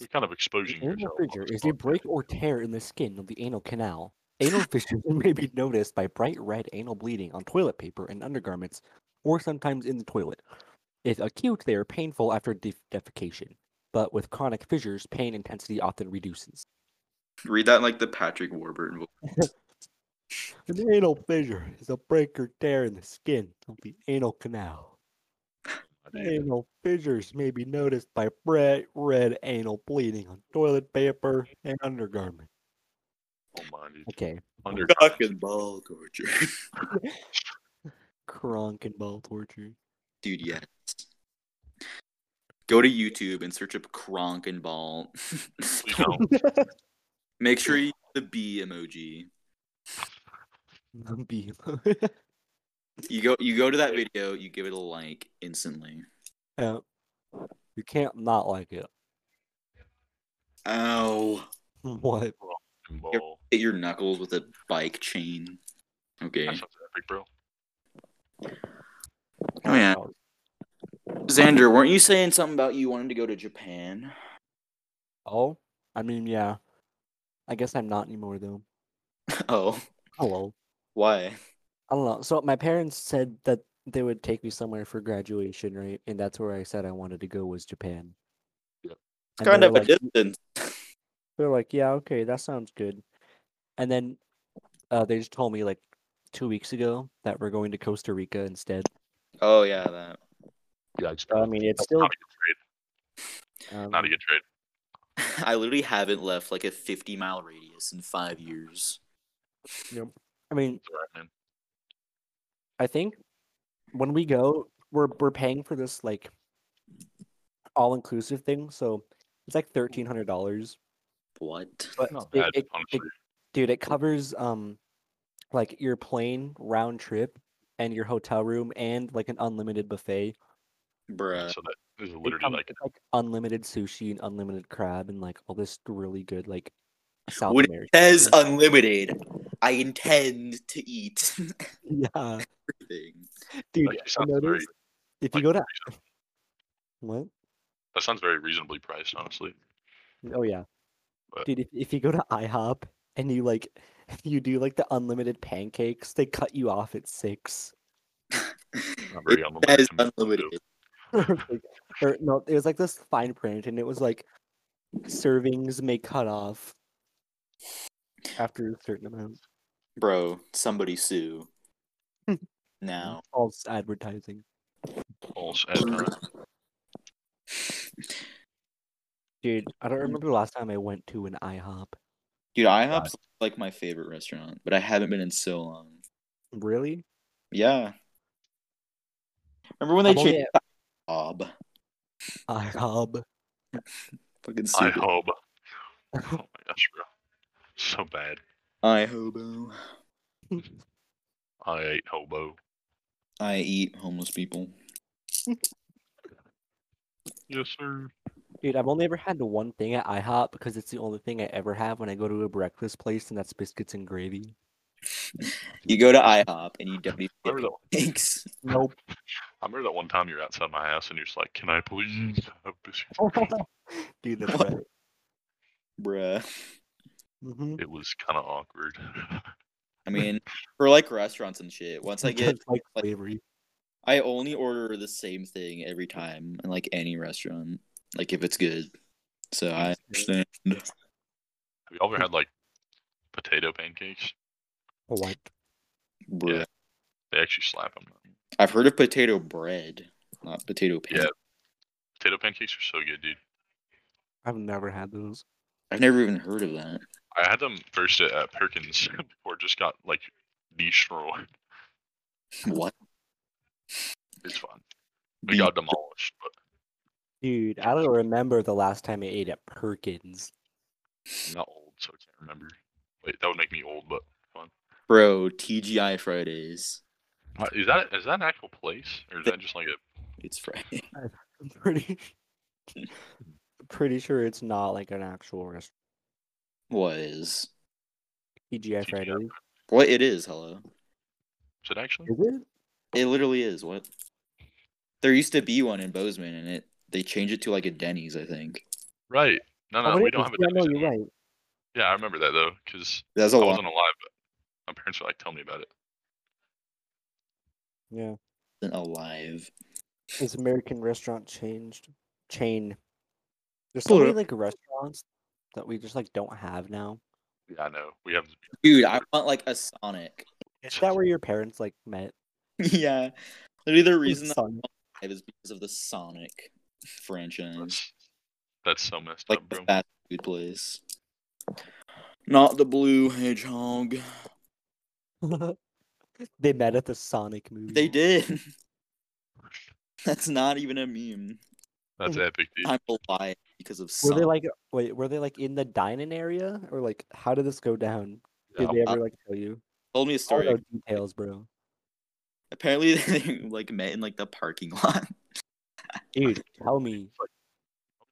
B: we're kind of exposing
C: An anal
B: yourself on
C: fissure
B: this
C: is a
B: podcast.
C: break or tear in the skin of the anal canal. (laughs) Anal fissures may be noticed by bright red anal bleeding on toilet paper and undergarments, or sometimes in the toilet. If acute, they are painful after def- defecation, but with chronic fissures, pain intensity often reduces.
A: Read that in, like the Patrick Warburton voice.
C: An anal fissure is a break or tear in the skin of the anal canal.
B: I do.
C: Anal fissures may be noticed by bright red anal bleeding on toilet paper and undergarment.
B: Oh my, dude.
C: Okay,
B: Under
A: Fucking ball torture.
C: crunk and ball torture.
A: Dude, yes. Go to YouTube and search up Kronk and Ball.
B: please don't.
A: (laughs)
C: (laughs)
A: Make sure you use the B emoji.
C: Be- (laughs)
A: You go you go to that video, you give it a like instantly.
C: Yeah. You can't not like it. (laughs)
A: Ow.
C: What?
B: Ball.
A: Hit your knuckles with a bike chain. Okay. (laughs)
B: That sounds epic, bro.
A: Oh, yeah. Xander, weren't you saying something about you wanted to go to Japan?
C: Oh, I mean, yeah. I guess I'm not anymore though.
A: (laughs) Oh.
C: Hello.
A: Why?
C: I don't know. So my parents said that they would take me somewhere for graduation, right? And that's where I said I wanted to go was Japan.
B: Yep.
A: It's
C: And
A: kind
C: they
A: of
C: were
A: a
C: like-
A: distance.
C: They're like, yeah, okay, that sounds good. And then uh, they just told me like two weeks ago that we're going to Costa Rica instead.
A: Oh yeah, that. (laughs)
B: Yeah,
C: I mean, it's
B: not
C: still
B: a good trade. Not a
C: um,
B: good trade.
A: I literally haven't left like a 50 mile radius in five years.
C: I mean,
B: It's all right, man.
C: I think when we go, we're we're paying for this like all inclusive thing, so it's like thirteen hundred dollars.
A: What?
C: But
B: Not
C: it-
B: bad,
C: it- it,
B: honestly.
C: dude it covers um like your plane round trip and your hotel room and like an unlimited buffet
A: Bruh.
B: so that is
C: It
B: literally
C: comes
B: like
C: with, like unlimited sushi and unlimited crab and like all this really good like south
A: When it
C: american (laughs)
A: says unlimited, I intend to eat
C: yeah
A: everything.
C: dude
B: Like, it
C: I
B: sounds very,
C: noticed if you
B: like,
C: go to
B: reasonable.
C: what
B: that sounds very reasonably priced, honestly.
C: oh yeah
B: But-
C: dude if, if you go to ihop and you like (laughs) you do like the unlimited pancakes they cut you off at six
B: Not very
A: It
B: unlimited
A: says
B: to me, too.
A: unlimited.
C: (laughs) Like, or no, it was like this fine print, and it was like servings may cut off after a certain amount.
A: Bro, somebody (laughs) sue. now.
C: False advertising,
B: False advertising.
C: dude. I don't remember the last time I went to an IHOP.
A: Dude, IHOP's like my favorite restaurant, but I haven't been in so long.
C: Really?
A: Yeah. Remember when they
C: I'm only
A: changed Bob?
C: (laughs) IHOP.
A: Fucking
B: I
A: stupid.
B: hope. Oh my gosh, bro. So bad.
A: I hobo.
B: I ate hobo.
A: I eat homeless people.
B: Yes, sir.
C: Dude, I've only ever had the one thing at IHOP because it's the only thing I ever have when I go to a breakfast place, and that's biscuits and gravy.
A: You go to IHOP and you don't eat
B: I remember, that, (laughs)
A: pancakes.
C: Nope.
B: I remember that one time you were outside my house and you're just like, "Can I please have biscuits?"
A: (laughs)
C: dude, that's
A: What?
C: right.
A: Bruh.
C: Mm-hmm.
B: It was kind of awkward. (laughs)
A: I mean, for like restaurants and shit, once I get,
C: like
A: like-
C: slavery.
A: I only order the same thing every time in like any restaurant, like if it's good. So I understand.
B: Have y'all ever had like potato pancakes?
C: What?
A: Bruh.
B: Yeah. They actually slap them.
A: I've heard of potato bread, not potato pancakes.
B: Potato pancakes are so good, dude.
C: I've never had those.
A: I've never even heard of that. (laughs)
B: I had them first at, at Perkins (laughs) before it just got like destroyed.
A: What?
B: It's fun. It got demolished, but
C: Dude, I don't remember the last time I ate at Perkins.
B: I'm not old, so I can't remember. Wait, that would make me old, but
A: Bro, TGI Fridays.
B: Uh, is that is that an actual place or is that just like a?
A: It's Friday.
C: I'm pretty pretty sure it's not like an actual restaurant.
A: (laughs) What is?
C: TGI
B: TGI
C: Fridays.
A: What it is, hello.
B: Is it actually?
C: Is it?
A: It literally is. What? There used to be one in Bozeman, and it they changed it to like a Denny's, I think.
B: Right.
A: Uh,
B: No, no,
C: Oh, it
B: we don't
C: is.
B: have a
C: Yeah,
B: Denny's
C: no, you're
B: anymore.
C: right.
B: Yeah, I remember that though, because
A: That's a
B: I
A: lot.
B: wasn't alive, but my parents were like, "Tell me about it."
C: Yeah.
A: Alive.
C: This American restaurant changed chain. There's so many
A: Pluto.
C: like restaurants that we just like don't have now.
B: Yeah, I know. We have.
A: Dude, I want like a Sonic. (laughs)
C: Is that where your parents like met?
A: yeah. Literally, the reason that
C: Son.
A: I live is because of the Sonic franchise,
B: That's, that's so messed
A: like
B: up,
A: the
B: bro.
A: fast food place. Not the blue hedgehog.
C: (laughs) they met at the Sonic movie.
A: They did. (laughs) That's not even a meme.
B: That's
C: Mm-hmm.
B: epic, dude.
A: I'm alive because of
C: Were they
A: Sonic.
C: like wait, were they like in the dining area? Or like how did this go down? Did
B: Yeah.
C: they
A: uh,
C: ever like tell you?
A: Told me a
C: All
A: story.
C: no details, bro.
A: Apparently, (laughs) they like met in like the parking lot. (laughs)
C: Dude, tell me.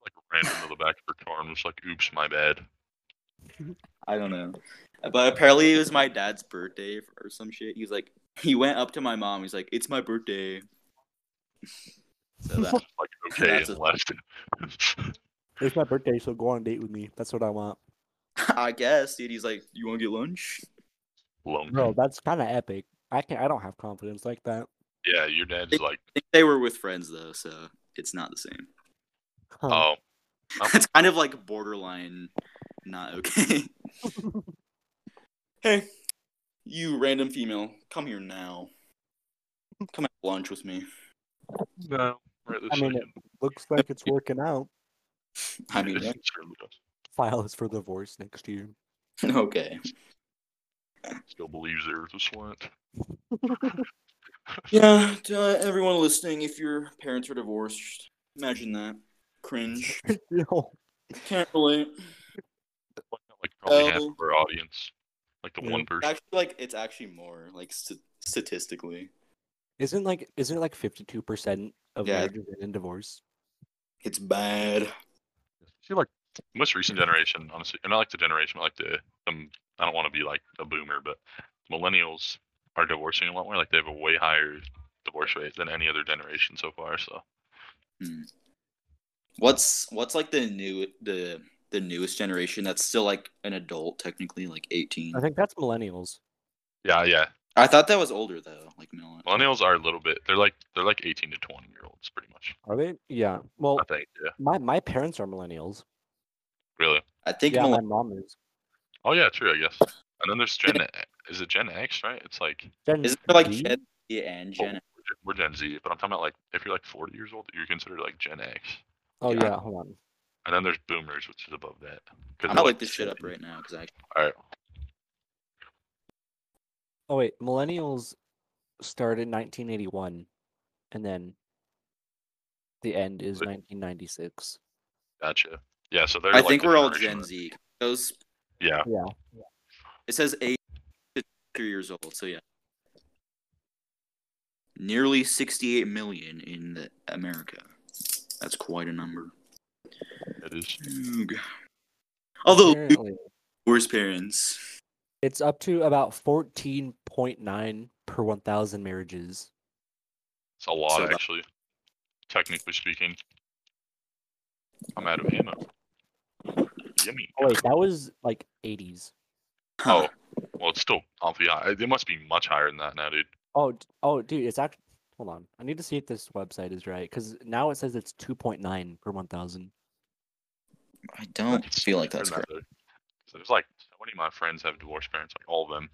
B: Like ran into the back of her car and was like, "Oops, my
C: (laughs)
B: bad."
A: I don't know. But apparently it was my dad's birthday or some shit. He was like, he went up to my mom. He's like, it's my birthday. (laughs) So
C: (laughs)
A: that,
B: Just like okay,
A: That's
B: and
A: a-
B: left. (laughs)
C: It's my birthday, so go on a date with me. That's what I want.
A: I guess, dude. He's like, you want to get lunch?
B: Lonely.
A: Mm-hmm.
C: Bro, that's kind of epic. I can not I don't have confidence like that.
B: Yeah, your dad's
A: They-
B: like,
A: think they were with friends though, so it's not the same.
C: Huh.
B: oh,
A: (laughs) It's kind of like borderline not okay. (laughs) hey, you random female, come here now. Come have lunch with me.
B: no. Right this
C: I mean, it
B: second.
C: looks like it's working out.
A: I mean, (laughs)
B: (laughs) It certainly does.
C: File is for divorce next year. (laughs)
A: okay.
B: Still believes the earth is flat.
A: Yeah, to uh, everyone listening, if your parents are divorced, imagine that. Cringe.
C: no.
A: Can't relate.
B: Like probably half
A: Oh.
B: of our audience, like the
C: Yeah.
B: one person.
A: Actually, like it's actually more like st- statistically,
C: Isn't like isn't it like fifty two percent of
A: Yeah.
C: marriages end in divorce?
A: it's bad.
B: See, like most recent generation, honestly, and I like the generation, I like the um, I don't want to be like a boomer, but millennials are divorcing a lot more. Like they have a way higher divorce rate than any other generation so far. So
A: What's what's like the new the the newest generation that's still like an adult technically, like eighteen.
C: I think that's millennials.
B: yeah, yeah,
A: I thought that was older though, like Millen.
B: millennials are a little bit. They're like they're like eighteen to twenty year olds, pretty much.
C: Are they? Yeah. Well,
A: Uh,
B: I think. Yeah,
C: my my parents are millennials.
B: really.
A: I think
C: yeah,
A: Millen-
C: my mom is.
B: Oh yeah, true. I guess. And then there's Gen. Is it Gen X? Right? It's like
C: Gen
A: is there like
C: Z?
A: Gen Z and
B: oh,
A: Gen?
B: we're Gen Z, but I'm talking about like if you're like 40 years old, you're considered like Gen X.
C: Oh
A: yeah.
C: yeah, hold on.
B: And then there's Boomers, which is above that. 'cause
A: I'm
B: they're,
A: gonna look this shit
B: 70.
A: up right now because I
B: All right.
C: Oh wait, millennials started in 1981, and then the end is
B: Wait.
C: 1996.
B: Gotcha. Yeah, so they're.
A: I
B: like,
A: think
B: the
A: we're all
B: generation
A: Gen
B: that-
A: Z. Those
B: Yeah,
C: Yeah.
A: it says eight to three years old, so yeah. Nearly sixty-eight million in the America. That's quite a number.
B: it is.
A: Although
C: Apparently,
A: worst parents.
C: it's up to about 14.9 per 1,000 marriages.
B: It's a lot,
A: So that-
B: actually. Technically speaking, I'm out of ammo. Yummy.
C: Oh wait, that was like 80s.
A: Huh.
B: Oh, well, it's still awfully high. It must be much higher than that now, dude.
C: Oh, d- oh, dude, it's actually. Hold on, I need to see if this website is right because now it says it's 2.9 per 1,000.
A: I don't feel like that's
B: They're
A: correct.
B: not there. So There's like so many of my friends have divorced parents, like all of them.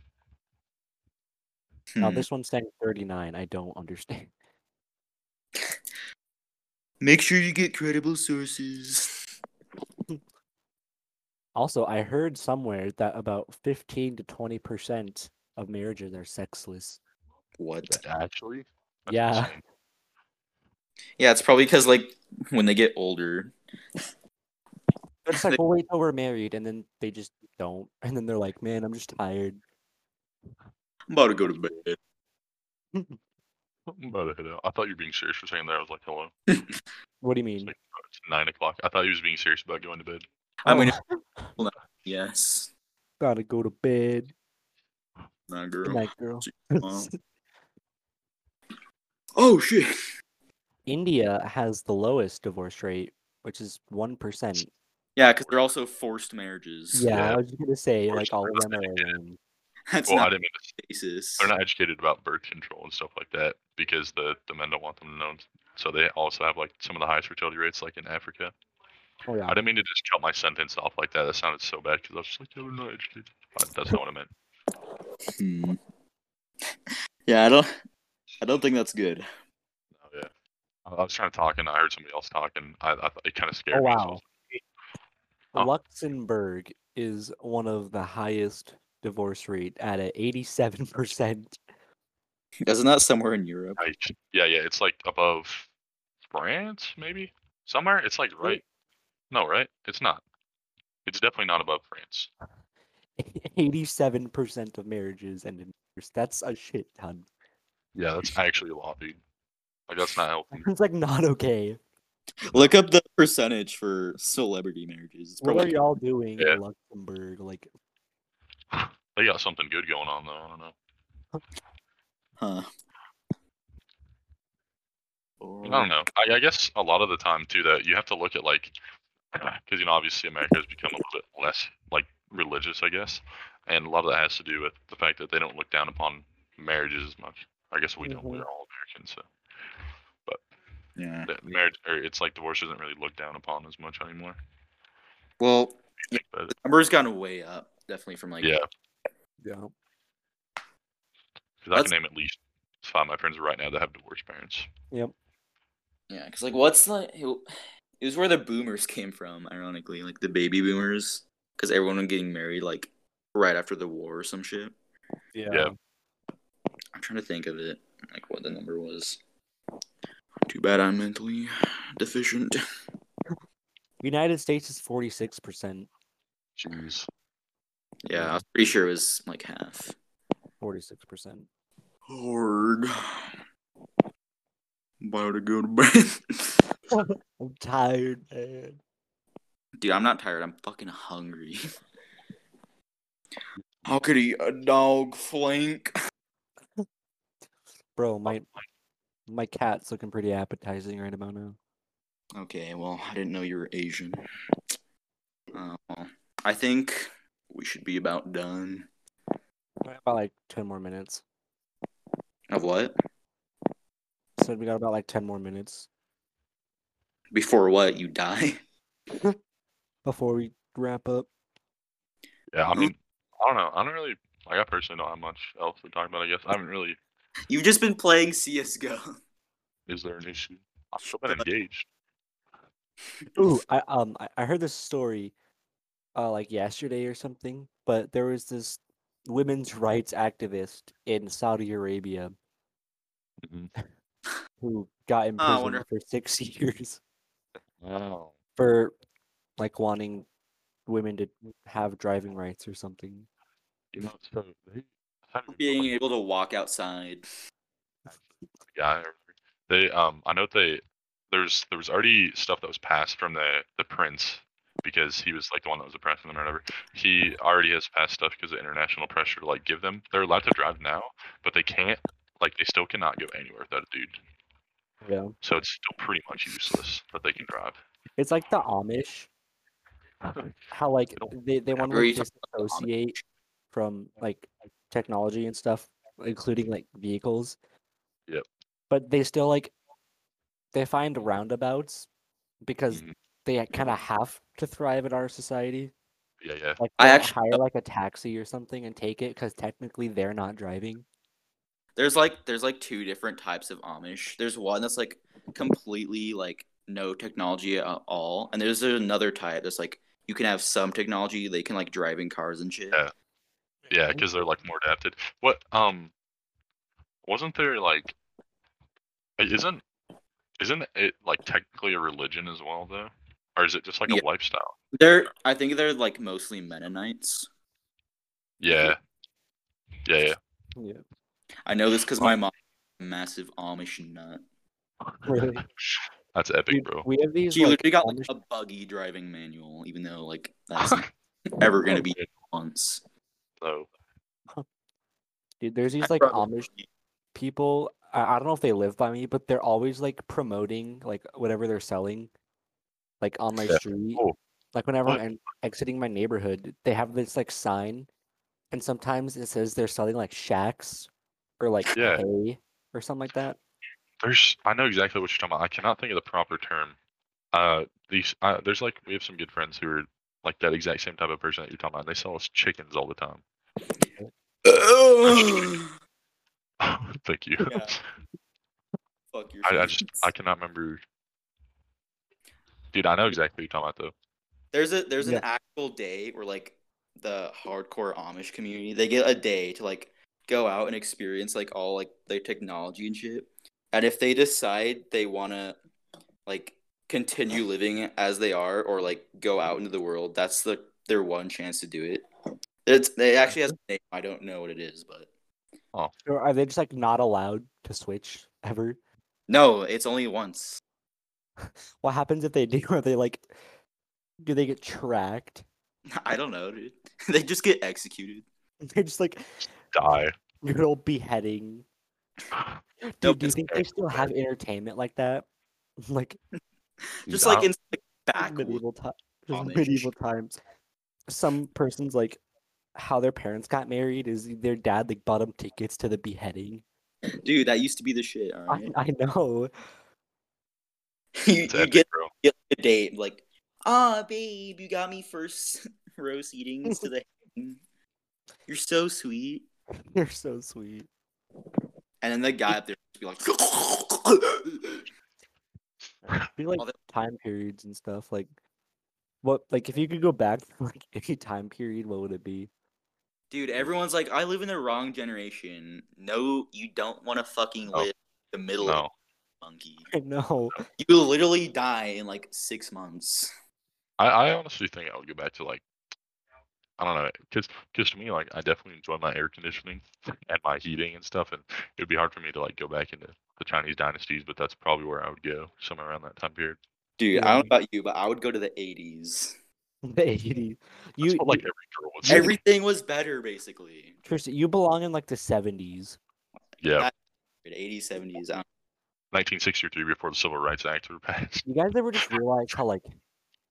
C: Now
A: Hmm.
C: this one's saying 39. I don't understand.
A: Make sure you get credible sources. (laughs)
C: Also, I heard somewhere that about 15 to 20 percent of marriages are sexless.
A: What?
B: Actually, That's
C: Yeah.
B: insane.
A: Yeah, it's probably because like when they get older,
C: It's like, well, wait, no, we're married, and then they just don't, (laughs) and then they're like, man, I'm just tired.
A: I'm about to go to bed.
C: (laughs)
B: I'm about to hit out. I thought you were being serious for saying that. I was like, hello.
C: What do you mean?
B: like, oh, It's nine o'clock. I thought he was being serious about going to bed.
A: I mean,
C: "Oh,
A: (laughs) yes,
C: gotta go to bed.
A: not
C: Good
A: girl.
C: night, girl. (laughs)
B: uh,
A: Wow. Oh shit!
C: India has the lowest divorce rate, which is one percent.
A: Yeah, because they're also forced marriages.
C: Yeah,
B: Yeah.
C: I was just gonna say, like,
B: Divorce
C: all of
B: rate's
C: them are.
B: not good.
C: around-
A: (laughs) that's
B: well, I
A: not
B: didn't mean to
A: the basis.
B: They're not educated about birth control and stuff like that because the, the men don't want them to know. So they also have like some of the highest fertility rates like in Africa.
C: Oh
B: I
C: yeah.
B: didn't mean to just cut my sentence off like that. That sounded so bad because I was just like, yeah, they're not educated. But that's not what I
C: (laughs)
B: meant.
A: Hmm. Yeah, I don't. I don't think that's good.
B: Oh, yeah. I I was trying to talk and I heard somebody else talking. I, I thought it kind of scared
C: Oh
B: me. so I
C: wow.
B: was Huh.
C: Luxembourg is one of the highest divorce rate at a 87 percent.
A: Isn't that somewhere in
B: (laughs)
A: Europe?
B: like, "Yikes." yeah, yeah. It's like above France, maybe somewhere. It's like right. No, right? It's not. It's definitely not above France.
C: 87 percent of marriages end in divorce. That's a shit ton. (laughs)
B: Yeah, that's (laughs) actually a lot, dude. Like that's not helping.
C: It's like not okay.
A: Look up the percentage for celebrity marriages. It's
C: What are
A: probably
C: y'all doing
B: Yeah.
C: in Luxembourg? Like,
B: They got something good going on though. I don't know.
A: huh?
B: I don't know. I, I guess a lot of the time too that you have to look at like (clears throat) because you know obviously America has become a little bit less like religious, I guess, and a lot of that has to do with the fact that they don't look down upon marriages as much. I guess we don't.
C: Mhm.
B: We're all American, so
A: Yeah.
B: that marriage or it's like divorce isn't really looked down upon as much anymore.
A: Well,
B: But
A: numbers gone way up, definitely from like
B: yeah,
C: Yeah.
B: because I
A: Let's-
B: can name at least five of my friends right now that have divorced parents.
A: Yeah, because like, what's like it it was where the boomers came from, ironically, like the baby boomers, because everyone was getting married like right after the war or some shit.
C: Yeah.
A: I'm trying to think of it, like what the number was. Too bad I'm mentally deficient. (laughs)
C: United States is forty six percent.
B: Jeez.
A: Yeah, I was pretty sure it was like half.
C: Forty six percent.
A: Hard. About to go to bed. (laughs)
C: I'm tired, man.
A: Dude, I'm not tired. I'm fucking hungry. (laughs) How could he a dog flank?
C: Bro, Oh my my cat's looking pretty appetizing right about now.
A: Okay, well, I didn't know you were Asian. Uh, well, I think we should be about done.
C: About like ten more minutes.
A: Of what?
C: So we got about like ten more minutes
A: Before what? You die? (laughs)
C: before we wrap up.
B: Yeah, I
A: Mhm.
B: mean, I don't know. I don't really like. I personally don't have much else to talk about. I guess I haven't really.
A: You've just been playing CSGO.
B: Is there an issue? I've still been engaged.
A: (laughs)
C: Ooh, I um I, I heard this story uh like yesterday or something, but there was this women's rights activist in Saudi Arabia (laughs) who got in
A: Mm-hmm. Oh, I
C: prison
A: wonder-
C: for six (laughs) years
B: Wow.
C: for like wanting women to have driving rights or something.
B: You know, so they I don't even know
A: Being able to walk outside.
B: the guy. Or, they um, I know they there's there was already stuff that was passed from the the prince because he was like the one that was oppressing them or whatever. He already has passed stuff because of international pressure to like give them. They're allowed to drive now, but they can't. Like they still cannot go anywhere without a dude.
C: Yeah.
B: So it's still pretty much useless that they can drive.
C: It's like the Amish. How like
B: don't-
C: they, they want to
A: Are you
C: like,
A: talking about the Amish?
C: disassociate from like technology and stuff, including like vehicles.
B: Yep.
C: But they still like they find roundabouts because
A: Mm-hmm.
B: Mhm.
C: they kind of have to thrive in our society.
B: Yeah, yeah.
C: Like
A: I
C: they'll
A: actually-
C: hire like a taxi or something and take it because technically they're not driving.
A: There's like there's like two different types of Amish. There's one that's like completely like no technology at all, and there's another type that's like you can have some technology. They can like driving cars and shit.
B: Yeah. Yeah, because they're like more adapted. What um, wasn't there like, i- isn't isn't it like technically a religion as well though, or is it just like
A: Yeah.
B: a lifestyle?
A: They're I think they're like mostly Mennonites.
B: Yeah, yeah, yeah.
C: Yeah.
A: I know this because my mom, massive Amish nut. (laughs)
C: Really.
B: That's epic,
C: Dude,
B: bro.
C: we have these
A: She
C: like,
A: literally got like
C: Amish-
A: a buggy driving manual, even though like
C: (laughs)
A: that's not ever
B: (laughs)
A: gonna be once.
B: So
C: dude, there's these
A: I
C: like
A: probably- (laughs)
C: Amish people I, I don't know if they live by me but they're always like promoting like whatever they're selling like on my
B: Yeah.
C: street
B: Oh.
C: like whenever
B: What?
C: i'm exiting my neighborhood they have this like sign and sometimes it says they're selling like shacks or like
B: Yeah.
C: hay or something like that
B: there's, I know exactly what you're talking about. I cannot think of the proper term. Uh, these, uh, there's like we have some good friends who are like that exact same type of person that you're talking about. They sell us chickens all the time. (laughs) Thank you.
A: Yeah. Fuck your.
B: I,
A: (laughs)
B: I just
A: feelings.
B: I cannot remember. Dude, I know exactly what you're talking about
A: There's a there's
C: Yeah.
A: an actual day where like the hardcore Amish community they get a day to like go out and experience like all like the technology and shit. And if they decide they want to like continue living as they are or like go out into the world, that's the their one chance to do it. It's it actually has a name. I don't know what it is, but
C: or are they just like not allowed to switch ever
A: no, it's only once. (laughs)
C: what happens if they do (laughs) are they like do they get tracked (laughs)
A: I don't know, dude. (laughs) they just get executed.
C: they're just like
B: though.
C: good old beheading
B: Die.
C: Dude,
A: Nope,
C: do you
A: it's
C: think they still have entertainment like that? (laughs) Like
A: Just
B: Nah.
A: like in like, backwards.
C: (laughs) medieval times.
A: Amish.
C: medieval times. Some persons like how their parents got married is their dad like bought them tickets to the beheading.
A: Dude, that used to be the shit. All
C: I,
A: right,
C: I know. (laughs)
A: you, (laughs)
B: It's
A: you
B: epic,
A: get
B: bro.
A: you get a date like, ah, babe, you got me first (laughs) row seatings to the. hang. You're so sweet.
C: You're so sweet.
A: And then the guy up there just be like, (laughs)
C: Be like
A: All the-
C: time periods and stuff. Like, what? Like, if you could go back (laughs) to like any time period, what would it be? (laughs)
A: dude, everyone's like, I live in the wrong generation. No, you don't want to fucking
B: No.
A: live the middle of
B: No.
A: monkey.
C: I know.
A: You will literally die in like six months.
B: I, I honestly think I would go back to like I don't know, because to me like I definitely enjoy my air conditioning (laughs) and my heating and stuff, and it would be hard for me to like go back into the Chinese dynasties, but that's probably where I would go somewhere around that time period.
A: Dude, I
B: Mm.
C: Yeah.
A: don't know about you, but I would go to the 80s.
C: (laughs) The 80s.
B: That's
C: You,
B: what, like
C: like,
B: every girl would say.
A: Everything was better, basically.
C: Tristan, you belong in like the 70s.
B: (laughs) yeah,
A: that- 80s, 70s. I don't-
B: 1963 before the Civil Rights Act were passed.
C: You guys ever just realize how like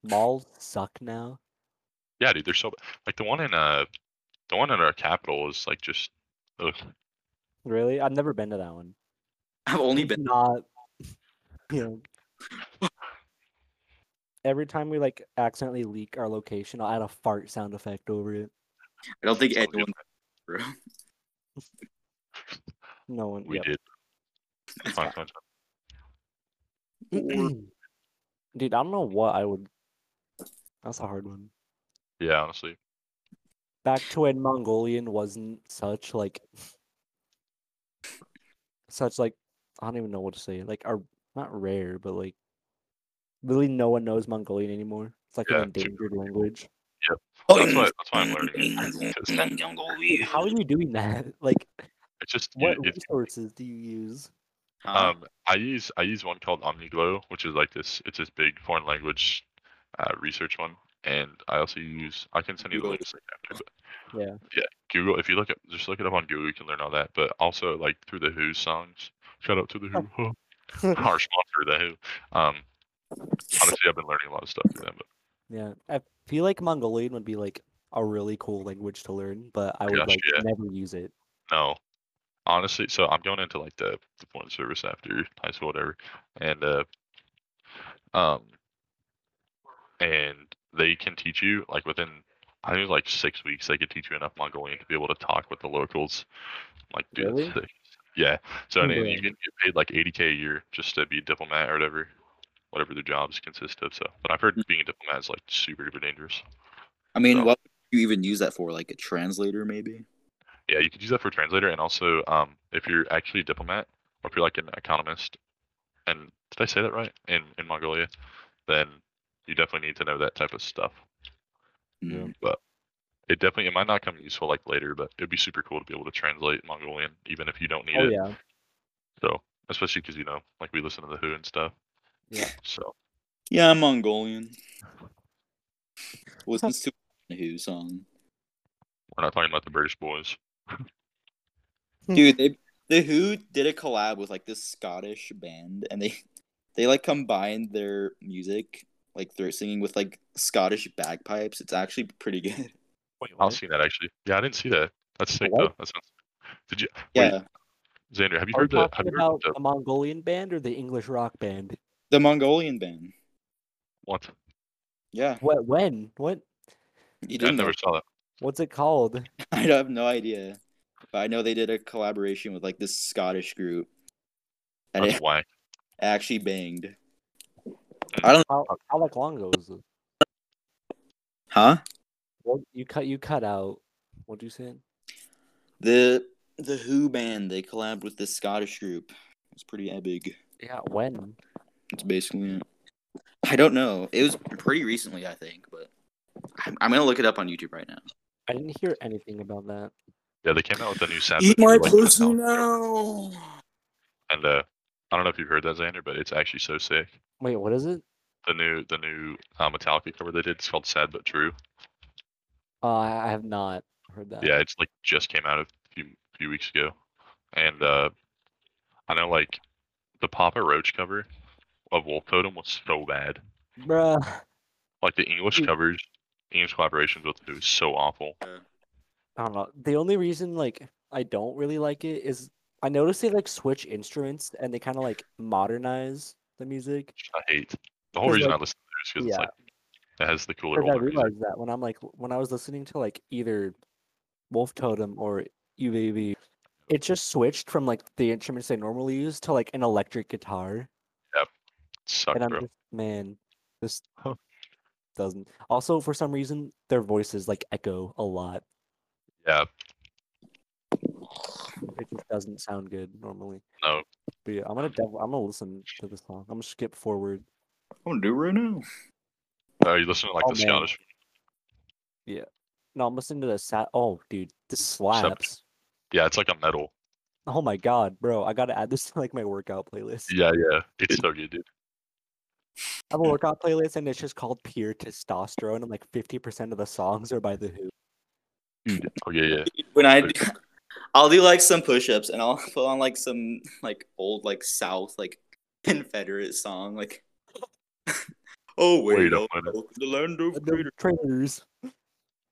C: malls suck now?
B: Yeah, dude, they're so b- like the one in uh the one in our capital is like just ugh.
C: Really? I've never been to that one.
A: I've only
C: It's
A: been.
C: not. You know. Every time we like accidentally leak our location, I'll add a fart sound effect over it.
A: I don't think
B: It's all good.
A: anyone. Bro.
C: No one.
B: we
C: yep.
B: did. Fine, fine, fine.
C: (clears throat) Dude, I don't know what I would. That's a hard one.
B: Yeah,
C: (clears throat)
B: honestly,
C: Back to when Mongolian wasn't such like, such like, I don't even know what to say. Like, are not rare, but like, really no one knows Mongolian anymore. It's like
B: Yeah,
C: an
B: true.
C: endangered language.
B: that's why that's why I'm
A: (laughs)
B: learning. it, 'cause
A: learning.
C: How are you doing that? (laughs) Like,
B: It's just you-
C: what
B: it's-
C: resources do you use?
B: Um, I use I use one called OmniGlow, which is like this. It's this big foreign language uh, research one, and I also use. I can send you the
A: Google.
B: links like after. But
C: Yeah.
B: Yeah. Google. If you look up, just look it up on Google, you can learn all that. But also like through the Who songs. Shout out to the
C: Oh.
B: Who. (laughs) Our sponsor, the Who. Um, honestly, I've been learning a lot of stuff through them. But
C: Yeah, I feel like Mongolian would be like a really cool language to learn, but I would
B: Gosh,
C: like
B: yeah.
C: never use it.
B: no, honestly, so I'm going into like the the foreign service after high school, whatever, and uh, um, and they can teach you like within I think it was like six weeks they could teach you enough Mongolian to be able to talk with the locals, like dude, that's
C: Really?
B: sick. yeah. So and then you
C: Really?
B: can get paid like 80k a year just to be a diplomat or whatever, whatever their jobs consist of. So, but I've heard being a diplomat is like super duper dangerous.
A: I mean, what would you even use that for? Like a translator, maybe?
B: Yeah, you could use that for translator, and also um, if you're actually a diplomat, or if you're like an economist, and did I say that right? In in Mongolia, then you definitely need to know that type of stuff.
C: Yeah.
A: Mm.
B: It definitely it might not come useful like later, but it'd be super cool to be able to translate Mongolian, even if you don't need
C: Oh
B: it.
C: yeah,
B: So especially because you know, like we listen to the Who and stuff.
C: Yeah.
B: So
A: Yeah, I'm Mongolian. Listens to the Who song.
B: we're not talking about the British boys.
C: Hmm.
A: Dude, they, the Who did a collab with like this Scottish band, and they they like combined their music, like they're singing with like Scottish bagpipes. It's actually pretty good. (laughs)
C: Wait,
B: I'll
C: what?
B: see that actually. Yeah, I didn't see that. That's sick
C: What?
B: though. That sounds. Did you?
A: Yeah,
B: Wait, Xander, have you
C: Are we
B: heard the? Have
C: talking
B: you heard
C: about
B: the
C: a Mongolian band or the English rock band?
A: the Mongolian band.
B: what?
A: Yeah,
C: What? When? What?
A: you
B: Yeah, I
A: didn't know.
B: never saw that.
C: What's it called?
A: (laughs) I have no idea, but I know they did a collaboration with like this Scottish group, and
B: That's
A: it
B: why.
A: actually banged.
C: How,
B: Uh,
C: how like long ago was it?
A: Huh?
C: What you cut? You cut out. What do you say?
A: The the Who band they collabed with this Scottish group. It's pretty epic.
C: Yeah, when?
A: That's basically it. I don't know. It was pretty recently, I think, but I'm, I'm gonna look it up on YouTube right now.
C: I didn't hear anything about that.
B: Yeah, they came out with a new sound.
A: Eat
B: that
A: my
B: you like the
A: pussy
B: sound of.
A: now.
B: And uh, I don't know if you've heard that Xander, but it's actually so sick.
C: Wait, what is it?
B: The new the new uh, Metallica cover they did is called "Sad but True."
C: Uh, I I have not heard that.
B: Yeah, it's like just came out a few few weeks ago, and uh, I know like the Papa Roach cover of Wolf Totem was so bad.
C: Bruh.
B: Like the English
C: Dude.
B: covers, English collaborations with it was so awful.
C: I don't know. The only reason like I don't really like it is I noticed they like switch instruments and they kind of like modernize the music.
B: which I hate. The whole
C: 'Cause,
B: reason
C: like-
B: I listen to it is because
C: yeah.
B: it's like it has the cooler
C: Because I
B: older music.
C: realized that when I'm like when I was listening to like either Wolf Totem or UAB, it just switched from like the instruments they normally use to like an electric guitar,
B: It sucked,
C: and I'm
B: bro.
C: just man, this
B: Huh.
C: doesn't. Also, for some reason, their voices like echo a lot.
B: Yeah,
C: It just doesn't sound good normally.
B: no.
C: But yeah, I'm gonna def- I'm gonna listen to this song. I'm gonna skip forward.
A: I'm gonna do it right now.
B: Oh, you listen to like
C: Oh,
B: the
C: man.
B: Scottish.
C: No, I'm listening to the sat. Oh, dude, this slaps.
B: Yeah, it's like a metal.
C: Oh my god, bro! I gotta add this to like my workout playlist.
B: Yeah, yeah. It's so good, dude.
C: I have a workout playlist and it's just called Pure Testosterone, and like 50% of the songs are by The Who.
B: Oh yeah, yeah.
A: When I, (laughs)
B: Okay.
A: I'll do like some push-ups and I'll put on like some like old like South like Confederate song like. (laughs) oh wait,
B: Wait a
A: oh,
B: minute.
A: oh, the land of freedom.
C: Trainers.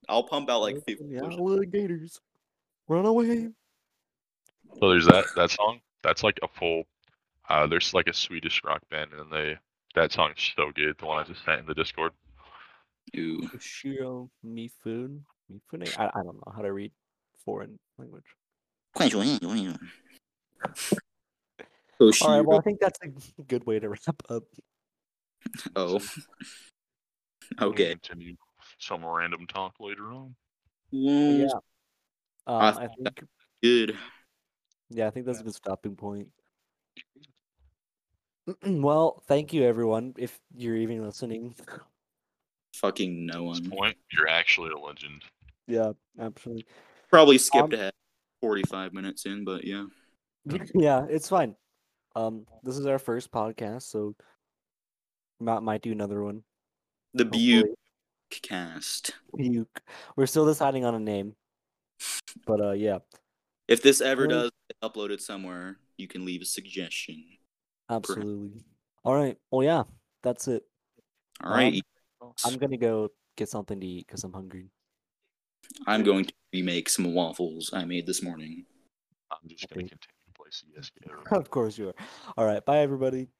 A: I'll pump out like 50
C: Yeah,
A: push-ups.
C: little gators. Run away.
B: So there's that that song. That's like a full. Uh, there's like a Swedish rock band, and they that song's so good. The one I just sent in the Discord.
A: Ooh.
C: Shiro Mifune. Mifune? I, I don't know how to read foreign language. All right, well, I think that's a good way to wrap (laughs) up.
A: Oh.
B: We'll
A: (laughs) okay.
B: Continue some random talk later on.
C: Yeah.
A: Yeah.
C: Um, I
A: think
C: think,
A: Good.
C: yeah, I think that's a good stopping point. (clears throat) well, thank you, everyone, if you're even listening. (laughs)
A: Fucking no
B: At this
A: one.
B: point, you're actually a legend.
C: yeah, absolutely. (laughs)
A: Probably skipped
C: Um,
A: ahead 45 minutes in, but yeah.
C: yeah, it's fine. Um, this is our first podcast, so Matt might do another one.
A: The Buke
C: hopefully.
A: cast.
C: Buke. We're still deciding on a name, but uh, yeah,
A: If this ever
C: Well-
A: does get uploaded somewhere, you can leave a suggestion.
C: absolutely. All right. Well, yeah, that's it. Um,
A: All right.
C: I'm gonna go get something to eat because I'm hungry. (laughs)
A: I'm going to remake some waffles I made this morning.
B: I'm just gonna
C: Okay.
B: continue to play CS:GO.
C: of course you are. All right. Bye, everybody.